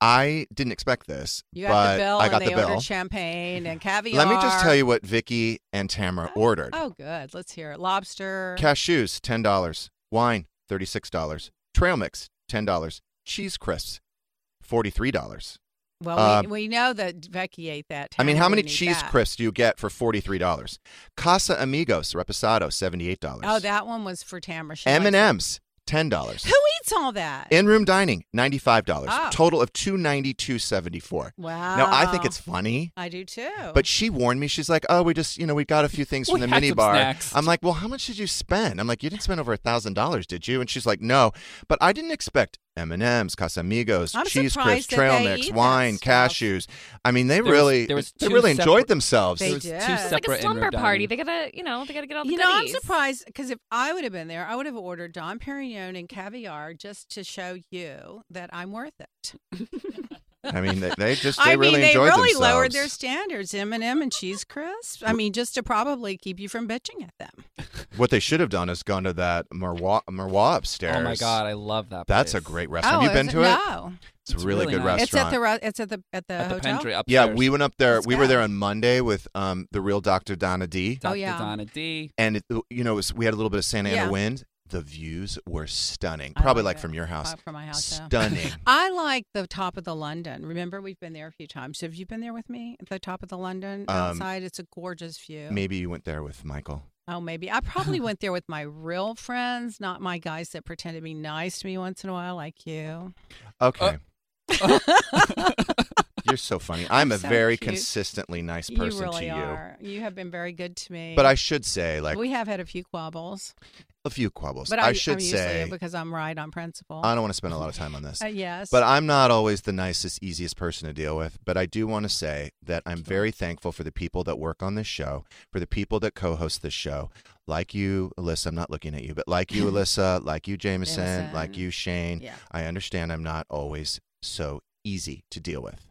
S7: I didn't expect this,
S8: you
S7: but
S8: got the bill,
S7: I got
S8: and they
S7: the bill.
S8: ordered champagne and caviar.
S7: Let me just tell you what Vicky and Tamara ordered.
S8: Oh, good. Let's hear it. Lobster.
S7: Cashews, ten dollars. Wine, thirty-six dollars. Trail mix, ten dollars. Cheese crisps, forty-three dollars.
S8: Well,
S7: Uh,
S8: we, we know that Becky ate that.
S7: I mean,
S8: Tamara
S7: how
S8: would
S7: many
S8: eat
S7: cheese
S8: that.
S7: crisps do you get for forty-three dollars? Casa Amigos Reposado, seventy-eight dollars.
S8: Oh, that one was for Tamara. She
S7: M
S8: likes
S7: and
S8: it.
S7: M's, ten dollars.
S8: Who eats all that?
S7: In-room dining, ninety-five dollars.
S8: Oh.
S7: Total of two ninety-two seventy-four.
S8: wow.
S7: Now I think it's funny.
S8: I do too.
S7: But she warned me. She's like, "Oh, we just, you know, we got a few things
S8: Oh. We
S7: from the
S8: had
S7: mini
S8: some
S7: bar."
S8: snacks.
S7: I'm like, "Well, how much did you spend?" I'm like, "You didn't spend over a thousand dollars, did you?" And she's like, "No, but I didn't expect M and M's, Casamigos,
S8: I'm
S7: cheese
S8: surprised
S7: crisps,
S8: that
S7: trail
S8: they
S7: mix,
S8: eat
S7: wine, cashews. I mean, they
S5: There was-
S7: really,
S5: there was
S7: they
S5: two
S7: really enjoyed
S5: separate-
S7: themselves.
S5: They There was two did.
S11: It's like a
S5: separate in
S11: slumber
S5: Rhode
S11: party.
S5: Island.
S11: They gotta, you know, they gotta get all the
S8: you know, I'm
S11: goodies.
S8: surprised because if I would have been there, I would have ordered Dom Perignon and caviar just to show you that I'm worth it.
S7: I mean, they, they just, they
S8: I
S7: really
S8: mean, they
S7: enjoyed
S8: really
S7: themselves.
S8: lowered their standards, M and M and cheese crisps. I mean, just to probably keep you from bitching at them.
S7: what they should have done is gone to that Marwa, Marwa upstairs.
S5: Oh my god, I love that.
S7: That's a
S5: place.
S7: great restaurant. Have
S8: Oh,
S7: you been
S8: is
S7: to it?
S8: No.
S7: It's a really,
S5: really
S7: good
S5: nice.
S8: It's at
S7: restaurant.
S8: the re- it's at the at the
S5: At the
S8: hotel.
S5: pantry
S7: yeah,
S5: upstairs.
S7: we went up there. We were there on Monday with um, the real Dr. Donna D.
S5: Dr.
S8: Oh, yeah.
S5: Donna D.
S7: and it, you know, it was, we had a little bit of Santa Ana
S8: Yeah.
S7: wind. The views were stunning, probably like from your house.
S8: Uh, from my house. yeah.
S7: Stunning.
S8: I like the top of the London. Remember, we've been there a few times. Have you been there with me at the top of the London
S7: Um,
S8: outside? It's a gorgeous view.
S7: Maybe you went there with Michael.
S8: Oh, maybe. I probably went there with my real friends, not my guys that pretend to be Uh, nice to me once in a while, like you.
S7: Okay. You're so funny. I'm a
S8: so
S7: very
S8: cute.
S7: consistently nice
S8: You
S7: person
S8: really
S7: to you.
S8: are. You have been very good to me.
S7: But I should say, like,
S8: we have had a few quabbles.
S7: a few quibbles.
S8: But
S7: I,
S8: I,
S7: should
S8: am
S7: say,
S8: usually because I'm right on principle.
S7: I don't want to spend a lot of time on this.
S8: Uh, yes.
S7: But I'm not always the nicest, easiest person to deal with. But I do want to say that I'm very thankful for the people that work on this show, for the people that co host this show, like you, Alyssa. I'm not looking at you, but like you, Alyssa, like you, Jameson,
S13: Jameson.
S7: like you, Shane.
S13: Yeah.
S7: I understand I'm not always so easy to deal with,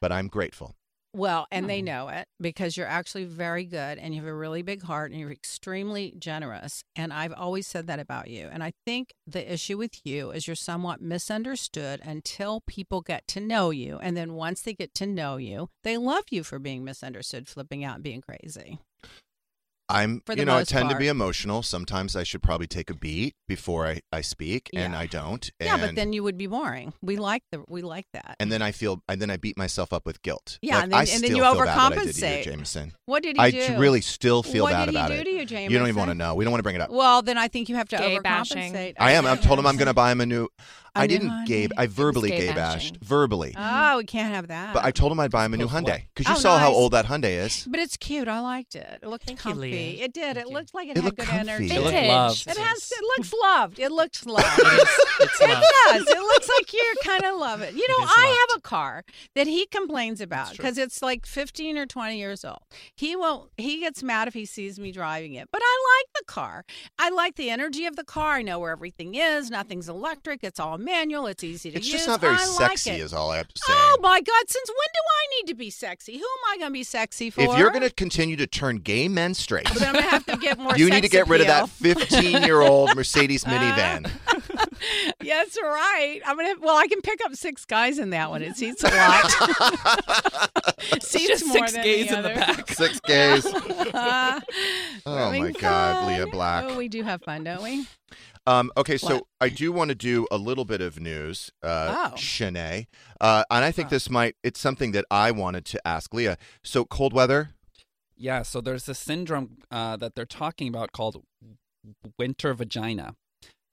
S7: but I'm grateful.
S8: Well, and
S7: Hmm.
S8: they know it because you're actually very good and you have a really big heart and you're extremely generous. And I've always said that about you. And I think the issue with you is you're somewhat misunderstood until people get to know you. And then once they get to know you, they love you for being misunderstood, flipping out, and being crazy.
S7: I'm,
S8: For the
S7: you know, I
S8: most
S7: tend to be
S8: part.
S7: emotional. Sometimes I should probably take a beat before I, I speak, and I don't.
S8: yeah,
S7: and
S8: but then you would be boring. We like the we like that.
S7: and then I feel, and then I beat myself up with guilt.
S8: Yeah,
S7: Like,
S8: and then-
S7: I
S8: and then
S7: still feel
S8: you
S7: bad what I did to you,
S8: overcompensate.
S7: Jameson.
S8: What did he
S7: I
S8: do?
S7: t- really still feel
S8: What
S7: bad
S8: did he
S7: about
S8: do
S7: it.
S8: to you,
S7: don't even
S8: Jameson?
S7: want to know. We don't want to bring it up.
S8: Well, then I think you have to
S11: Gay
S8: overcompensate.
S11: bashing.
S7: I am. I told him I'm going to buy him a new. I,
S8: A new
S7: didn't gay. I verbally
S8: gay
S7: gay bashed. Verbally.
S8: Oh, we can't have that.
S7: but I told him I'd buy him a new
S8: Post
S7: Hyundai
S8: what?
S7: because you
S8: Oh,
S7: saw how
S8: nice.
S7: old that Hyundai is.
S8: But it's cute. I liked it. It looked comfy.
S7: Leah.
S8: it did. it looked like it,
S7: It
S8: had
S7: looked
S8: good
S7: comfy.
S8: energy.
S7: It looked Vintage. loved.
S8: It has. It looks loved. It looks loved.
S9: It's
S8: It
S9: loved.
S8: does. It looks like you kind of love it. You know,
S9: is
S8: I have a car that he complains about because it's like 15 or 20 years old. He will. He gets mad if he sees me driving it. But I like the car. I like the energy of the car. I know where everything is. Nothing's electric. It's all manual. It's easy to
S7: It's
S8: use.
S7: just not very
S8: I like
S7: sexy,
S8: it.
S7: is all I have to say.
S8: Oh my God! Since when do I need to be sexy? Who am I going to be sexy for?
S7: if you're going to continue to turn gay men straight,
S8: But I'm gonna have to get more.
S7: you need to
S8: sex
S7: get rid of
S8: appeal.
S7: that 15 year old Mercedes minivan.
S8: yes, right. I'm gonna. Well, I can pick up six guys in that one. It seats a lot. seats
S5: Just
S8: more
S5: six
S8: than
S5: gays
S8: the
S5: in the
S8: other.
S5: back.
S7: Six gays.
S8: Uh,
S7: Oh
S8: having
S7: my God,
S8: fun.
S7: Leah Black.
S8: Oh, we do have fun, don't we?
S7: Um, okay, so
S8: What?
S7: I do want to do a little bit of news, uh,
S8: Oh.
S7: Shanae, uh, and I think this might—it's something that I wanted to ask Leah. So cold weather,
S5: Yeah, so there's this syndrome uh, that they're talking about called w- winter vagina.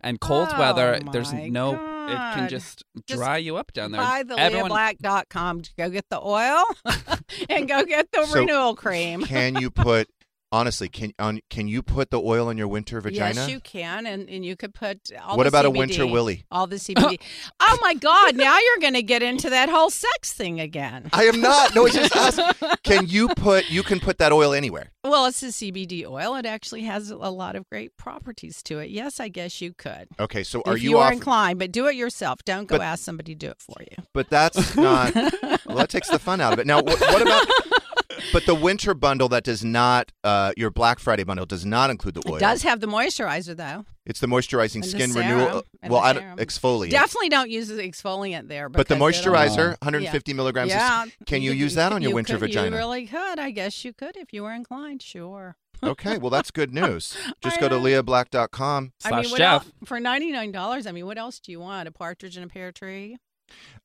S5: And cold
S8: Oh
S5: weather, there's
S8: my
S5: no, it
S8: God.
S5: can just
S8: Just
S5: dry you up down there.
S8: Buy the
S5: Everyone-
S8: leahblack.com to go get the oil and go get the
S7: So,
S8: renewal cream.
S7: can you put honestly? Can on can you put the oil on your winter vagina?
S8: Yes, you can, and, and you could put all.
S7: What
S8: the
S7: about a
S8: CBD,
S7: winter willy?
S8: All the CBD. oh my God! Now you're going to get into that whole sex thing again.
S7: I am not. No, it's just us. Can you put? You can put that oil anywhere.
S8: Well, it's the CBD oil. It actually has a lot of great properties to it. Yes, I guess you could.
S7: Okay, so are
S8: if
S7: you,
S8: you, are
S7: off?
S8: inclined, but do it yourself. Don't go
S7: But-
S8: ask somebody to do it for you.
S7: but that's not. well, that takes the fun out of it. Now, what, what about? But the winter bundle that does not, uh, your Black Friday bundle does not include the oil.
S8: It does have the moisturizer though.
S7: It's the moisturizing
S8: And the
S7: skin
S8: serum,
S7: renewal.
S8: and
S7: Well,
S8: the
S7: I don't,
S8: serum.
S7: exfoliate.
S8: Definitely don't use the exfoliant there.
S7: But the
S8: because it'll-
S7: moisturizer,
S8: Yeah.
S7: 150 milligrams. is-
S8: Yeah,
S7: can you, use that on your
S8: you
S7: winter
S8: could-
S7: vagina?
S8: You really could. I guess you could if you were inclined. Sure.
S7: okay, well that's good news. Just go to leahblack.com
S8: I mean, what else, for ninety nine dollars? I mean, what else do you want? A partridge in a pear tree?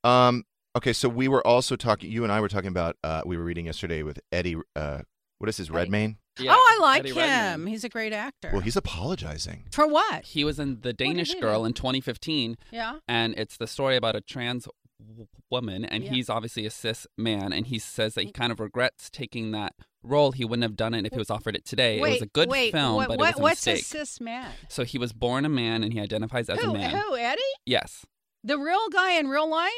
S7: Um, okay, so we were also talking. You and I were talking about. Uh, we were reading yesterday with Eddie. Uh, what is his Redmayne?
S8: oh, I like
S5: Eddie
S8: him.
S5: Redmayne.
S8: He's a great actor.
S7: Well, he's apologizing.
S8: for what?
S5: He was in The Danish
S8: he do?
S5: Girl in 2015.
S8: Yeah.
S5: And it's the story about a trans w- woman, and
S8: Yeah.
S5: he's obviously a cis man, and he says that he kind of regrets taking that role. He wouldn't have done it if he was offered it today. it was a good
S8: wait,
S5: film,
S8: what-
S5: but
S8: what-
S5: it was a
S8: what's
S5: mistake.
S8: a cis man?
S5: so he was born a man, and he identifies as
S8: who?
S5: a man.
S8: Who? Eddie?
S5: Yes.
S8: The real guy in real life?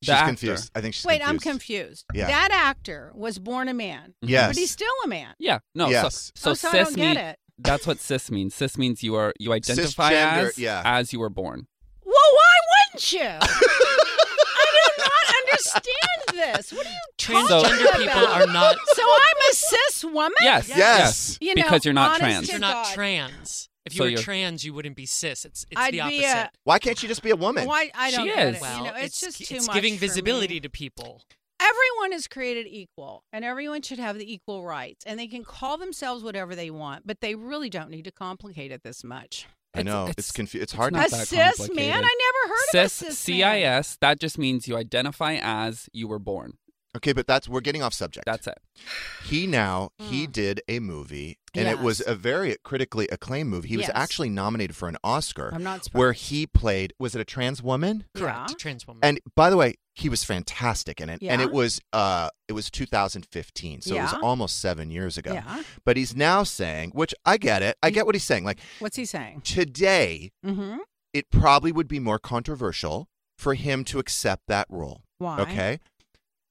S7: She's
S5: The actor.
S7: confused. I think she's
S8: Wait,
S7: confused.
S8: I'm confused.
S7: Yeah.
S8: That actor was born a man.
S5: Mm-hmm.
S7: Yes.
S8: But he's still a man.
S5: Yeah. No. so-
S7: Yes.
S5: So,
S8: Oh, so I
S5: cis
S8: don't get
S5: mean-
S8: it.
S5: That's what cis means. Cis means you are you identify
S7: Cisgender,
S5: as
S7: yeah.
S5: as you were born.
S8: Well, why wouldn't you? I do not understand this. What are you talking
S5: So- Transgender
S8: about?
S5: people are not-
S8: So I'm a cis woman?
S5: Yes. Yes.
S8: You know,
S5: Because you're not
S8: honest
S5: trans.
S8: to
S9: You're
S5: You're
S9: not
S8: God.
S9: trans. If you
S5: So
S9: were
S5: you're-
S9: trans, you wouldn't be cis. It's it's
S8: I'd
S9: the
S8: be
S9: opposite.
S8: a-
S7: Why can't she just be a woman?
S8: Why I
S9: She
S8: don't
S9: is.
S8: get it.
S9: Well,
S8: you know, it's,
S9: it's-
S8: just too
S9: it's
S8: much.
S9: giving
S8: for me.
S9: visibility to people.
S8: Everyone is created equal, and everyone should have the equal rights, and they can call themselves whatever they want, but they really don't need to complicate it this much.
S7: I know it's it's, confu- it's hard.
S5: not
S8: a
S5: that
S8: cis man?
S5: complicated.
S8: I never heard
S5: cis,
S8: of a cis man.
S5: CIS. That just means you identify as you were born.
S7: Okay, but that's we're getting off subject.
S5: That's it.
S7: He now he
S8: Mm.
S7: did a movie, and it was
S5: Yes.
S7: a very critically acclaimed movie. He
S8: Yes.
S7: was actually nominated for an Oscar.
S8: I'm not surprised.
S7: where he played was it a trans woman?
S9: Correct. Trans
S8: Mm.
S9: woman.
S7: And by the way, he was fantastic in it. And
S9: Yeah.
S7: it was uh it was 2015, so it was
S8: Yeah.
S7: almost 7 years ago.
S8: Yeah.
S7: But he's now saying, which I get it. I get what he's saying. Like
S8: What's he saying?
S7: today
S8: Mm-hmm.
S7: it probably would be more controversial for him to accept that rule.
S8: Why?
S7: Okay.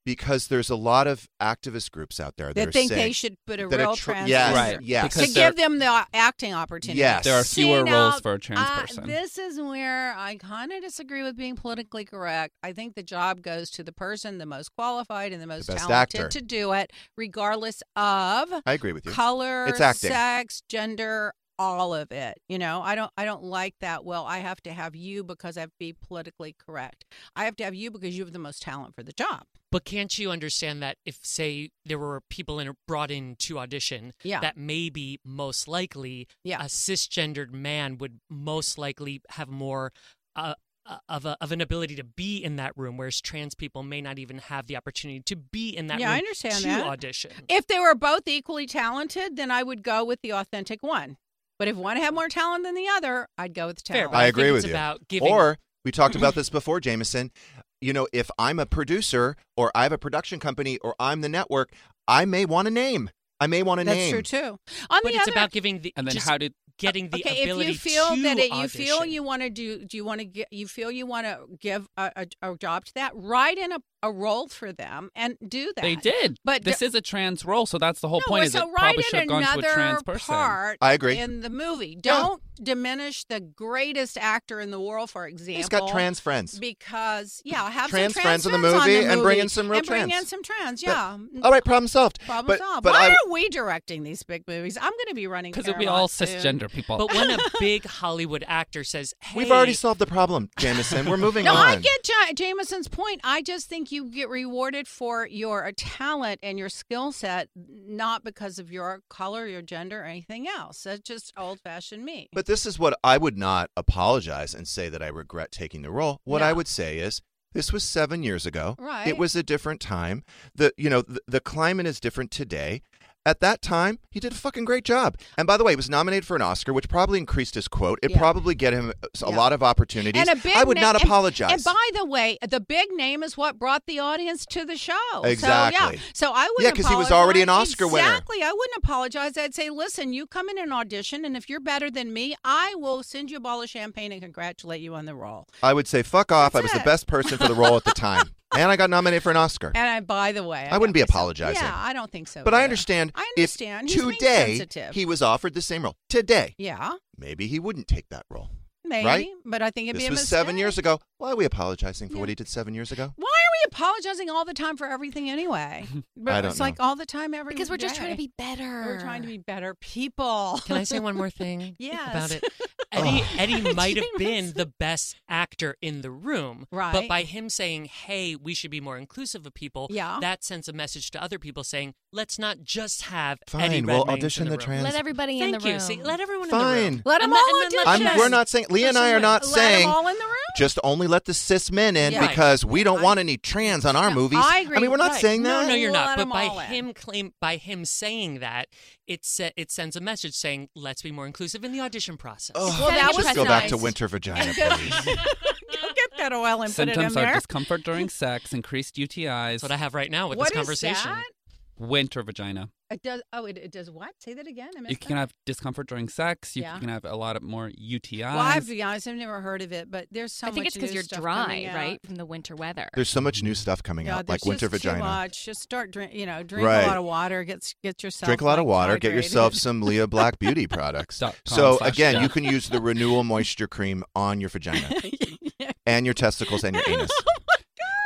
S7: Because there's a lot of activist groups out there that,
S8: That
S7: are
S8: think they
S7: saying
S8: should put a
S7: that
S8: real
S7: tra-
S8: trans
S7: Yes,
S5: Right.
S7: yes.
S8: to give them the acting opportunity.
S7: Yes. There are fewer
S8: See,
S7: roles
S8: now,
S5: for a trans
S8: uh,
S5: person.
S8: This is where I kind of disagree with being politically correct. I think the job goes to the person the most qualified and the most
S7: best
S8: talented
S7: actor.
S8: to do it, regardless of
S7: I agree with you.
S8: color,
S7: It's acting.
S8: sex, gender, all of it. You know, I don't I don't like that. Well, I have to have you because I have to be politically correct. I have to have you because you have the most talent for the job.
S9: But can't you understand that if, say, there were people in, brought in to audition,
S8: Yeah.
S9: that maybe most likely
S8: Yeah.
S9: a cisgendered man would most likely have more uh, uh, of, a, of an ability to be in that room, whereas trans people may not even have the opportunity to be in that
S8: Yeah, I
S9: room
S8: understand
S9: to
S8: that.
S9: audition.
S8: If they were both equally talented, then I would go with the authentic one. But if one had more talent than the other, I'd go with talent.
S7: I agree with you.
S9: giving-
S7: Or we talked about this before, Jameson. You know, if I'm a producer or I have a production company or I'm the network, I may want a name. I may want a
S8: That's
S7: name.
S8: true too. On
S9: but
S8: the
S9: it's
S8: other,
S9: about giving the
S7: And then
S9: just
S7: how did-
S9: getting the
S8: okay, if
S9: ability
S8: you feel
S9: to
S8: that it, you
S9: audition.
S8: feel you want to do, do you want to get, you feel you want to give a, a, a job to that, write in a, a role for them and do that.
S5: They did.
S8: uh, but
S5: But this
S8: d-
S5: is a trans role, so that's the whole
S8: No,
S5: point.
S8: well,
S5: Is
S8: so
S5: it
S8: write
S5: probably should
S8: in
S5: have gone to a
S8: another
S5: trans person.
S8: part
S7: I agree.
S8: in the
S7: Yeah.
S8: movie. Don't diminish the greatest actor in the world, for example.
S7: trans friends.
S8: Because yeah, have
S7: Trans
S8: some trans
S7: friends in the
S8: on
S7: movie and bring in some real
S8: and bring
S7: trans.
S8: in some trans.
S7: But-
S8: Yeah.
S7: All right, problem solved.
S8: Problem
S7: but,
S8: solved.
S7: But
S8: Why
S7: I,
S8: are we directing these big movies? I'm going to be running
S5: Because it'd be all
S8: Paramount soon.
S5: cisgender people.
S9: But when a big Hollywood actor says, hey,
S7: we've already solved the problem, Jameson. We're moving
S8: No,
S7: on.
S8: I get ja- Jameson's point. I just think you get rewarded for your uh, talent and your skill set, not because of your color, your gender, or anything else. That's just old fashioned me.
S7: But this is what I would not apologize and say that I regret taking the role. What I
S8: No.
S7: would say is this was seven years ago.
S8: Right.
S7: It was a different time. The you know the, the climate is different today. At that time, he did a fucking great job. And by the way, he was nominated for an Oscar, which probably increased his quote. It
S8: Yeah.
S7: probably get him a
S8: Yeah.
S7: lot of opportunities.
S8: And a big
S7: I would
S8: na-
S7: not
S8: and-
S7: apologize.
S8: And, by the way, the big name is what brought the audience to the show. So,
S7: Exactly.
S8: yeah. So I would
S7: Yeah, 'cause he was already an Oscar winner.
S8: Exactly. I wouldn't apologize. I'd say, listen, you come in an audition, and if you're better than me, I will send you a bottle of champagne and congratulate you on the role.
S7: I would say fuck off. I was
S8: it.
S7: the best person for the role at the time, and I got nominated for an Oscar.
S8: And I, by the way,
S7: I wouldn't be apologizing.
S8: Yeah, I don't think so.
S7: But I
S8: either.
S7: understand,
S8: I understand.
S7: if
S8: He's being
S7: today
S8: sensitive.
S7: he was offered the same role, today,
S8: Yeah,
S7: maybe he wouldn't take that role.
S8: maybe.
S7: Right?
S8: But I think it'd
S7: This
S8: be a
S7: was
S8: mistake.
S7: seven years ago. Why are we apologizing for what he did seven years ago?
S8: Why are we apologizing all the time for everything anyway? But
S7: I don't
S8: it's like all the time every
S12: Because we're just trying to
S8: day.
S12: be better.
S8: We're trying to be better people.
S9: Can I say one more thing
S8: Yes. Oh.
S9: about it? Eddie, Eddie might have been the best actor in the room,
S8: Right.
S9: But by him saying, "Hey, we should be more inclusive of people,"
S8: Yeah.
S9: that sends a message to other people saying, "let's not just have Eddie
S7: Fine, we'll
S9: Redmayne's in
S7: audition
S9: the,
S7: the
S9: room."
S7: trans- Let
S12: everybody
S9: Thank
S12: in the
S9: you.
S12: room.
S9: See, let everyone in the room.
S7: Fine.
S8: Let 'em
S9: And that-
S8: all
S9: and then let
S7: I'm,
S9: just-
S7: we're not saying, Lee and I are not
S8: Let 'em
S7: saying
S8: all in the room.
S7: just only let the cis men in
S9: Yeah. Right.
S7: because we don't want any trans on our movies.
S8: I agree.
S7: mean, we're not
S8: Right.
S7: saying that.
S9: No, no, you're not.
S8: Let
S9: But
S8: 'em
S9: by
S8: all in.
S9: him claim, by him saying that, it se- it sends a message saying, "Let's be more inclusive in the audition process."
S7: Ugh,
S8: Well, that
S7: just
S8: was
S7: go back to
S8: nice.
S7: winter vagina,
S8: And go,
S7: please.
S8: go get that oil and put it in
S5: Symptoms
S8: there.
S5: are discomfort during sex, increased UTIs. That's
S9: what I have right now
S8: with What this is conversation. that?
S5: Winter vagina.
S8: It does. Oh, it, it does what? Say that again. I
S5: You
S8: missed
S5: can
S8: that.
S5: have discomfort during sex. You
S8: Yeah.
S5: can have a lot of more UTIs.
S8: Well, I've to be honest, I've never heard of it, but there's so
S11: I think
S8: much
S11: it's because
S8: new
S11: you're
S8: stuff
S11: dry,
S8: coming out.
S11: right, from the winter weather.
S7: There's so much new stuff coming
S8: Yeah,
S7: out,
S8: there's
S7: like winter
S8: just
S7: vagina.
S8: Too much. Just start drink. You know, drink
S7: Right.
S8: a lot of water. Get get yourself
S7: Drink a lot of
S8: like,
S7: water. Get
S8: hydrated.
S7: yourself some Leah Black Beauty products.
S5: Dot com
S7: so
S5: slash
S7: again,
S5: Jeff.
S7: you can use the Renewal Moisture Cream on your vagina, and your testicles and your anus.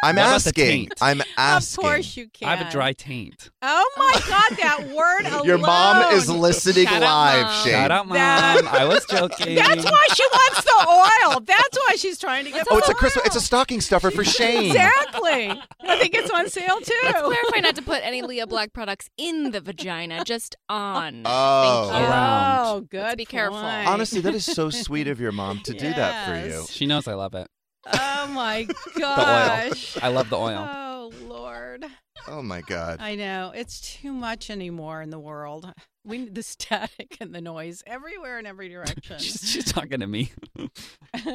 S7: I'm
S5: What about the
S7: asking.
S5: taint?
S7: I'm asking.
S8: Oh Of course you can.
S5: I have a dry taint.
S8: Oh my God, that word alone.
S7: Your mom is listening
S8: Shout out,
S7: live,
S8: Mom.
S7: Shane.
S5: Shout out, mom.
S8: That-
S5: I was joking.
S8: That's why she wants the oil. That's why she's trying to get.
S7: Oh, it's
S8: the
S7: a Christmas. It's a stocking stuffer for Shane.
S8: Exactly. I think it's on sale too.
S11: Let's clarify not to put any Leah Black products in the vagina, just on.
S7: Oh,
S11: Thank you.
S7: around.
S8: Oh, good.
S11: Let's be careful.
S8: point.
S7: Honestly, that is so sweet of your mom to do that for you.
S5: She knows I love it.
S8: Oh my
S5: The
S8: gosh. Uh,
S5: oil. I love the oil.
S8: Oh Lord.
S7: Oh my God.
S8: I know it's too much anymore in the world. We need the static and the noise everywhere in every direction.
S5: She's talking to me.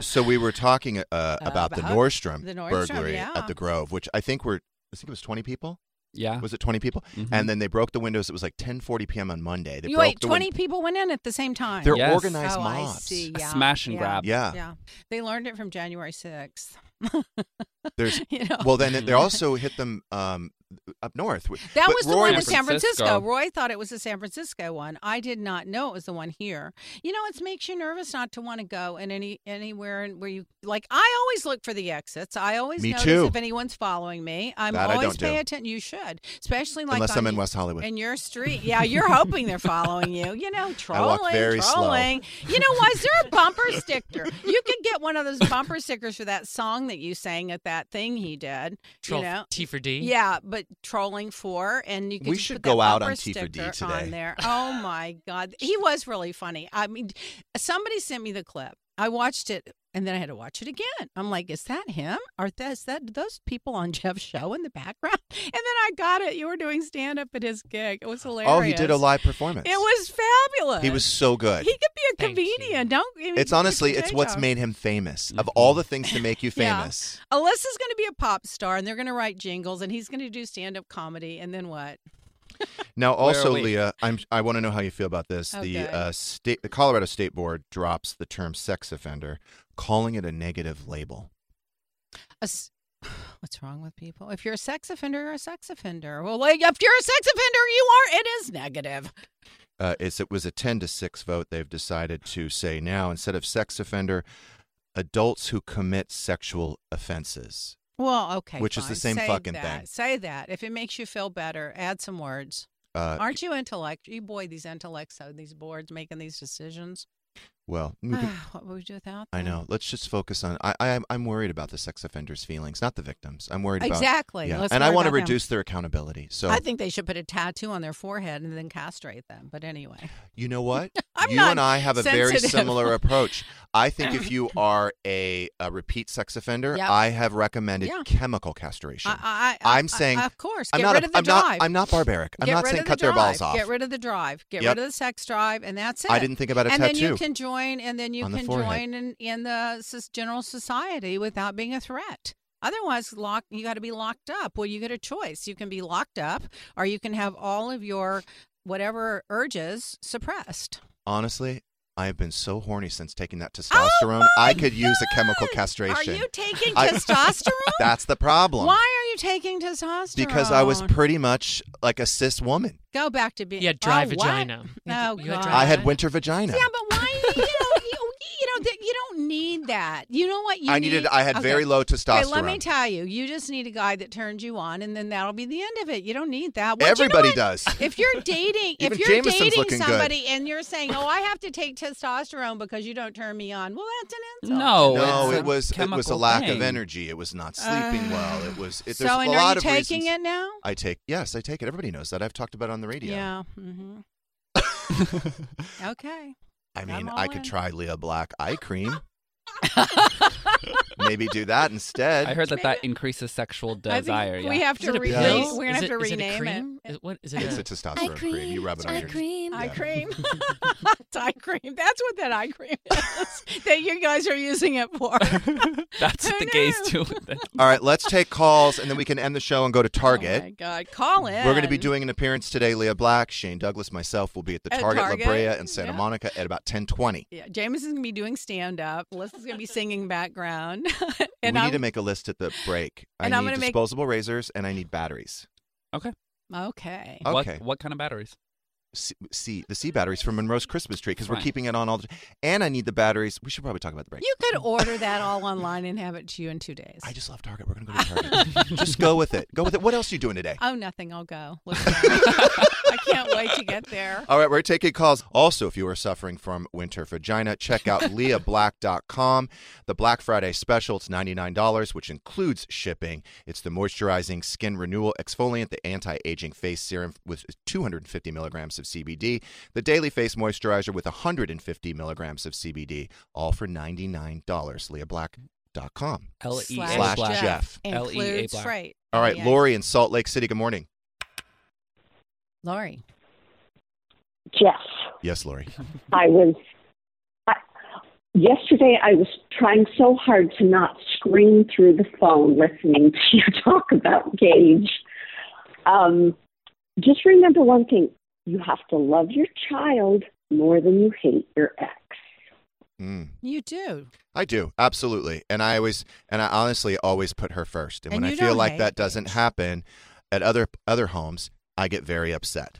S7: So we were talking uh, about the
S8: About
S7: Nordstrom,
S8: the Nordstrom,
S7: burglary
S8: yeah.
S7: at the Grove, which I think were I think it was twenty people.
S5: Yeah. Mm-hmm.
S7: Was it twenty people? And then they broke the windows. It was like ten forty p.m. on Monday. They
S8: you
S7: broke
S8: wait,
S7: the
S8: twenty
S7: win-
S8: people went in at the same time.
S7: They're Yes. organized
S8: oh, I
S7: mobs.
S8: see.
S7: A
S8: Yeah.
S7: smash and
S8: yeah.
S7: grab. Yeah.
S8: yeah. They learned it from January sixth.
S7: There's
S8: you know.
S7: well, then they also hit them um, up north.
S8: That
S7: But
S8: was the
S7: Roy-
S8: one in San Francisco. Roy thought it was the San Francisco one. I did not know it was the one here. You know, it makes you nervous not to want to go in any anywhere and where you like. I always look for the exits. I always
S7: Me
S8: notice
S7: too.
S8: if anyone's following me. I'm
S7: That I
S8: always
S7: don't
S8: pay
S7: do.
S8: attention. You should, especially like
S7: Unless
S8: on
S7: I'm in
S8: y-
S7: West Hollywood.
S8: in your street. Yeah, you're hoping they're following you. You know, trolling,
S7: very slow.
S8: trolling. You know, why is there a bumper sticker? You could get one of those bumper stickers for that song that you sang at that thing he did.
S9: Troll
S8: you know,
S9: T for D.
S8: yeah, but trolling for, and you could
S7: We
S8: just
S7: should
S8: put that
S7: go out on
S8: bumper
S7: T for D
S8: sticker on
S7: today.
S8: there. Oh my god, he was really funny. I mean, somebody sent me the clip. I watched it, and then I had to watch it again. I'm like, is that him? Are that is that those people on Jeff's show in the background? And then I got it. You were doing stand up at his gig. It was hilarious.
S7: Oh, he did a live performance.
S8: It was fabulous.
S7: He was so good.
S8: He could be a comedian. Don't. I mean,
S7: it's
S8: he
S7: honestly,
S8: could
S7: it's
S8: change
S7: what's
S8: up.
S7: made him famous.
S5: Mm-hmm.
S7: Of all the things to make you
S8: Yeah.
S7: famous,
S8: Alyssa's going to be a pop star, and they're going to write jingles, and he's going to do stand up comedy, and then what?
S7: Now,
S5: Where are
S7: also,
S5: we?
S7: Leah, I'm, I want to know how you feel about this.
S8: Okay.
S7: The uh, state, the Colorado State Board drops the term sex offender, calling it a negative label.
S8: a s- what's wrong with people? If you're a sex offender, you're a sex offender. Well, like, if you're a sex offender, you are. It is negative.
S7: Uh, it's, it was a 10 to 6 vote. They've decided to say now, instead of sex offender, adults who commit sexual offenses.
S8: Well, okay.
S7: Which is the
S8: fine.
S7: same
S8: Say
S7: fucking
S8: that.
S7: thing.
S8: Say that if it makes you feel better. Add some words.
S7: Uh,
S8: Aren't you intellect? You boy, these intellects on these boards making these decisions.
S7: Well, we can-
S8: what would we do without?
S7: I
S8: them?
S7: know. Let's just focus on. I, I, I'm- I'm worried about the sex offenders' feelings, not the victims. I'm worried about
S8: Exactly.
S7: Yeah.
S8: Let's
S7: And I
S8: worry
S7: want to
S8: about them.
S7: reduce their accountability. So
S8: I think they should put a tattoo on their forehead and then castrate them. But anyway,
S7: You know what?
S8: I'm
S7: you
S8: not
S7: and I have a very
S8: sensitive.
S7: similar approach. I think if you are a, a repeat sex offender,
S8: Yep.
S7: I have recommended
S8: Yeah.
S7: chemical castration.
S8: I, I, I,
S7: am saying,
S8: I, of course,
S7: I'm
S8: get
S7: not.
S8: rid
S7: a-
S8: of the
S7: I'm
S8: drive.
S7: not. I'm not barbaric. I'm
S8: Get
S7: not
S8: rid
S7: saying
S8: of the
S7: cut their balls
S8: drive.
S7: off.
S8: Get rid of the drive. Get
S7: Yep.
S8: rid of the sex drive, and that's it.
S7: I didn't think about a
S8: and And then you
S7: tattoo.
S8: can join, and then you
S7: On the
S8: can
S7: forehead.
S8: join in, in the sus- general society without being a threat. Otherwise, lock you got to be locked up. Well, you get a choice. You can be locked up, or you can have all of your whatever urges suppressed.
S7: Honestly, I have been so horny since taking that testosterone. I could use a chemical castration.
S8: Oh Are you taking
S7: I-
S8: testosterone?
S7: That's the problem.
S8: Why are you taking testosterone?
S7: Because I was pretty much like a cis woman.
S8: go back to being
S9: Yeah, dry
S8: oh, what?
S9: vagina.
S8: Oh,
S9: You had
S8: God.
S9: dry
S7: I had winter vagina.
S8: Yeah, but why? you, know, you, you know, that you don't need that. You know what? You
S7: I
S8: need-
S7: needed- I had very low
S8: Okay, let me
S7: testosterone.
S8: tell you, you just need a guy that turns you on, and then that'll be the end of it. You don't need that. What- you know
S7: Everybody
S8: what?
S7: does.
S8: If you're dating, if
S7: Even
S8: you're
S7: Jameson's
S8: dating
S7: looking good.
S8: somebody and you're saying, "Oh, I have to take testosterone because you don't turn me on," well, that's an insult.
S5: No,
S7: no,
S5: it's a
S7: it was it was a
S5: chemical
S7: lack of
S5: thing.
S7: energy. It was not sleeping
S8: Uh,
S7: well. It was it,
S8: so,
S7: there's a
S8: and are
S7: lot
S8: you
S7: of
S8: taking
S7: reasons.
S8: it now?
S7: I take yes, I take it. Everybody knows that. I've talked about it on the radio.
S8: Yeah. hmm okay.
S7: I
S8: I'm
S7: mean,
S8: all
S7: I could
S8: in.
S7: try Leah Black eye cream. Maybe do that instead.
S5: I heard that that increases sexual
S8: I think
S5: desire.
S8: we
S5: yeah.
S8: have to
S7: Is it a
S8: rename.
S7: pill?
S8: We're gonna
S7: Is
S8: have
S7: it-
S8: to
S7: is it a
S8: rename
S9: cream? Is- what is it?
S7: It's
S9: a-
S7: a testosterone cream. You rub it on
S8: eye
S7: your
S8: cream. Eye
S7: Yeah.
S8: cream. It's eye cream. That's what that eye cream is that you guys are using it for.
S5: That's what the gays do.
S7: All right, let's take calls and then we can end the show and go to Target.
S8: Oh, My God, call in.
S7: We're going to be doing an appearance today. Leah Black, Shane Douglas, myself will be at the
S8: At
S7: Target,
S8: Target,
S7: La Brea in Santa
S8: yeah.
S7: Monica at about 10:20.
S8: Yeah, Jameson's gonna be doing stand up. Alyssa's gonna be singing background,
S7: We
S8: and
S7: need
S8: I'm
S7: to make a list at the break. I
S8: And I'm
S7: need
S8: gonna make-
S7: disposable razors and I need batteries.
S5: Okay.
S8: okay.
S7: Okay.
S5: What, what kind of batteries?
S7: C, C- the C batteries from Monroe's Christmas tree because we're
S5: Fine.
S7: keeping it on all the and I need the batteries. We should probably talk about the break.
S8: You could order that all online and have it to you in two days.
S7: I just love Target. We're going to go to Target. just go with it. Go with it. What else are you doing today?
S8: Oh, nothing. I'll go. Look around. I can't wait to get there.
S7: All right, we're taking calls. Also, if you are suffering from winter vagina, check out leahblack.com. The Black Friday special, it's $99, which includes shipping. It's the moisturizing skin renewal exfoliant, the anti aging face serum with 250 milligrams of CBD, the daily face moisturizer with 150 milligrams of CBD, all for $99. Leah Black. facebook.com
S5: L-E-A
S7: slash
S5: Black.
S7: E Jeff. E
S8: Includes L-E-A Black. right,
S7: All right,
S8: L-E-A.
S7: Lori in Salt Lake City. Good morning.
S8: Lori.
S13: Jeff,
S7: Yes, Lori.
S13: I was. I, yesterday, I was trying so hard to not scream through the phone listening to you talk about Gage. Um, just remember one thing you have to love your child more than you hate your ex.
S7: Mm.
S8: You do.
S7: I do absolutely, and I always and I honestly always put her first. And,
S8: And
S7: when I
S8: you
S7: feel
S8: don't
S7: like
S8: hate
S7: that doesn't happen at other other homes, I get very upset.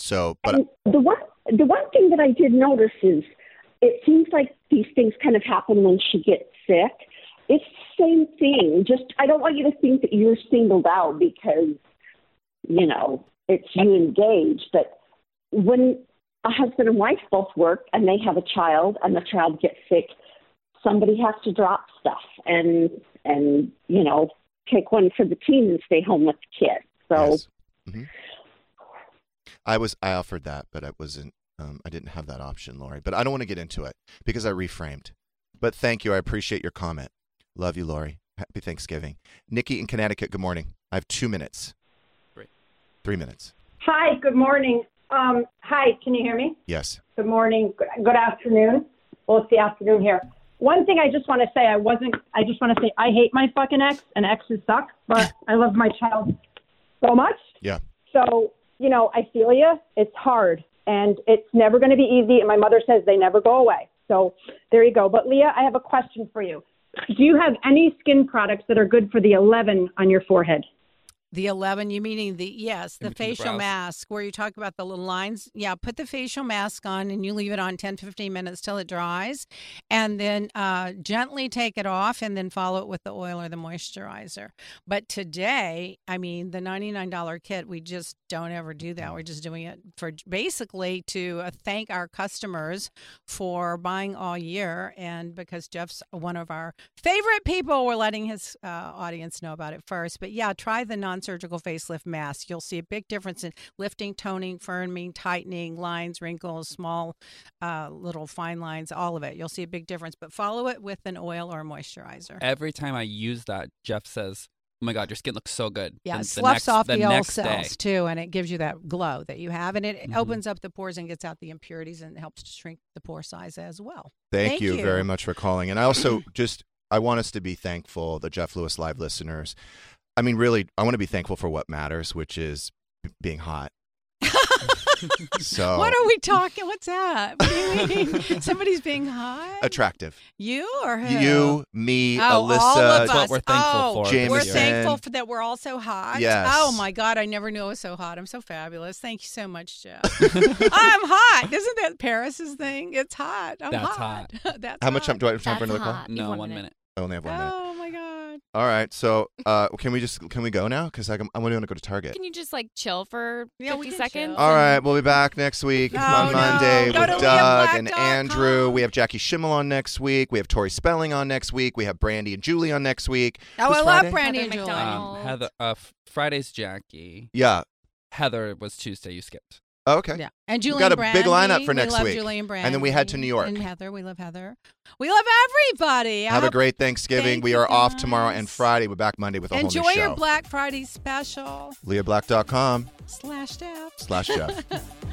S7: So, but
S13: And the one the one thing that I did notice is it seems like these things kind of happen when she gets sick. It's the same thing. Just I don't want you to think that you're singled out because you know it's you engaged. But when a husband and wife both work and they have a child and the child gets sick, somebody has to drop stuff and and you know take one for the team and stay home with the kid. So.
S7: Mm-hmm. I was I offered that, but I wasn't. Um, I didn't have that option, Lori. But I don't want to get into it because I reframed. But thank you. I appreciate your comment. Love you, Lori. Happy Thanksgiving. Nikki in Connecticut. Good morning. I have two minutes.
S5: Three.
S7: Three minutes.
S14: Hi, good morning. Um, hi, can you hear me?
S7: Yes.
S14: Good morning. Good, good afternoon. Well, it's the afternoon here. One thing I just want to say, I wasn't. I just want to say, I hate my fucking ex, and exes suck, but I love my child so much.
S7: Yeah.
S14: So you know, I feel you. It's hard, and it's never going to be easy. And my mother says they never go away. So there you go. But Leah, I have a question for you. Do you have any skin products that are good for the 11 on your forehead?
S8: The 11, you meaning the, yes,
S14: between
S8: the
S14: the
S8: facial
S14: brows.
S8: mask where you talk about the little lines. Yeah, put the facial mask on and you leave it on 10, 15 minutes till it dries. And then uh, gently take it off and then follow it with the oil or the moisturizer. But today, I mean, the $99 kit, we just don't ever do that. We're just doing it for basically to uh, thank our customers for buying all year. And because Jeff's one of our favorite people, we're letting his uh, audience know about it first. But yeah, try the non surgical facelift mask. You'll see a big difference in lifting, toning, firming, tightening, lines, wrinkles, small, uh, little fine lines, all of it. You'll see a big difference. But follow it with an oil or moisturizer.
S5: Every time I use that, Jeff says, "Oh my god, your skin looks so good."
S8: Yeah,
S5: The-
S8: it
S5: the
S8: sloughs
S5: next-
S8: off
S5: the
S8: the, old
S5: next
S8: cells
S5: day.
S8: too, and it gives you that glow that you have, and it
S5: Mhm.
S8: opens up the pores and gets out the impurities and helps to shrink the pore size as well.
S7: Thank, you, very much for calling. And I also just I want us to be thankful, the Jeff Lewis Live listeners. I mean, really, I want to be thankful for what matters, which is b- being hot. so Oh.
S8: What are we talking? What's that? What do you mean? Somebody's being hot.
S7: attractive.
S8: You or who?
S7: You, me,
S8: Oh, all
S7: Alyssa.
S8: of That's what us. we're thankful Oh, for this
S7: Jameson.
S8: We're thankful for that. We're all so hot.
S7: Yes.
S8: Oh my God! I never knew it was so hot. I'm so fabulous. Thank you so much, Jeff. I'm hot. Isn't that Paris's thing? It's hot. I'm
S7: That's
S8: hot. That's
S7: How much time do I have time for
S8: That's
S7: another call?
S8: hot. You have No, one one minute.
S7: I only have one minute.
S8: Oh my God.
S7: All right, so uh, can we just can we go now? Because I'm I'm going to go to Target.
S11: Can you just like chill for 50 seconds?
S7: All right, we'll be back next week
S11: No,
S7: on
S8: Oh,
S11: no.
S7: Monday
S11: Go to
S7: with Doug and Andrew. We have Jackie Schimmel on next week. We have Tori Spelling on next week. We have Brandy and Julie on next week.
S8: Oh, I
S7: Who's
S8: love
S7: Friday?
S8: Brandy and Julie.
S5: Um, Heather, uh, f- Friday's Jackie.
S7: Yeah.
S5: Heather was Tuesday. You skipped.
S7: Oh, okay.
S8: Yeah. And Julie
S7: We've got
S8: and
S7: a big lineup
S8: Brandy.
S7: for
S8: We
S7: next
S8: love
S7: week.
S8: Julie and
S7: then we head to New York.
S8: And Heather, we love Heather. We love everybody. I
S7: have a
S8: hope-
S7: great Thanksgiving. We are off tomorrow and Friday. We're back Monday with a
S8: Enjoy
S7: whole new
S8: your
S7: show.
S8: Black Friday special.
S7: LeahBlack.com
S8: Slash Jeff.
S7: slash Jeff.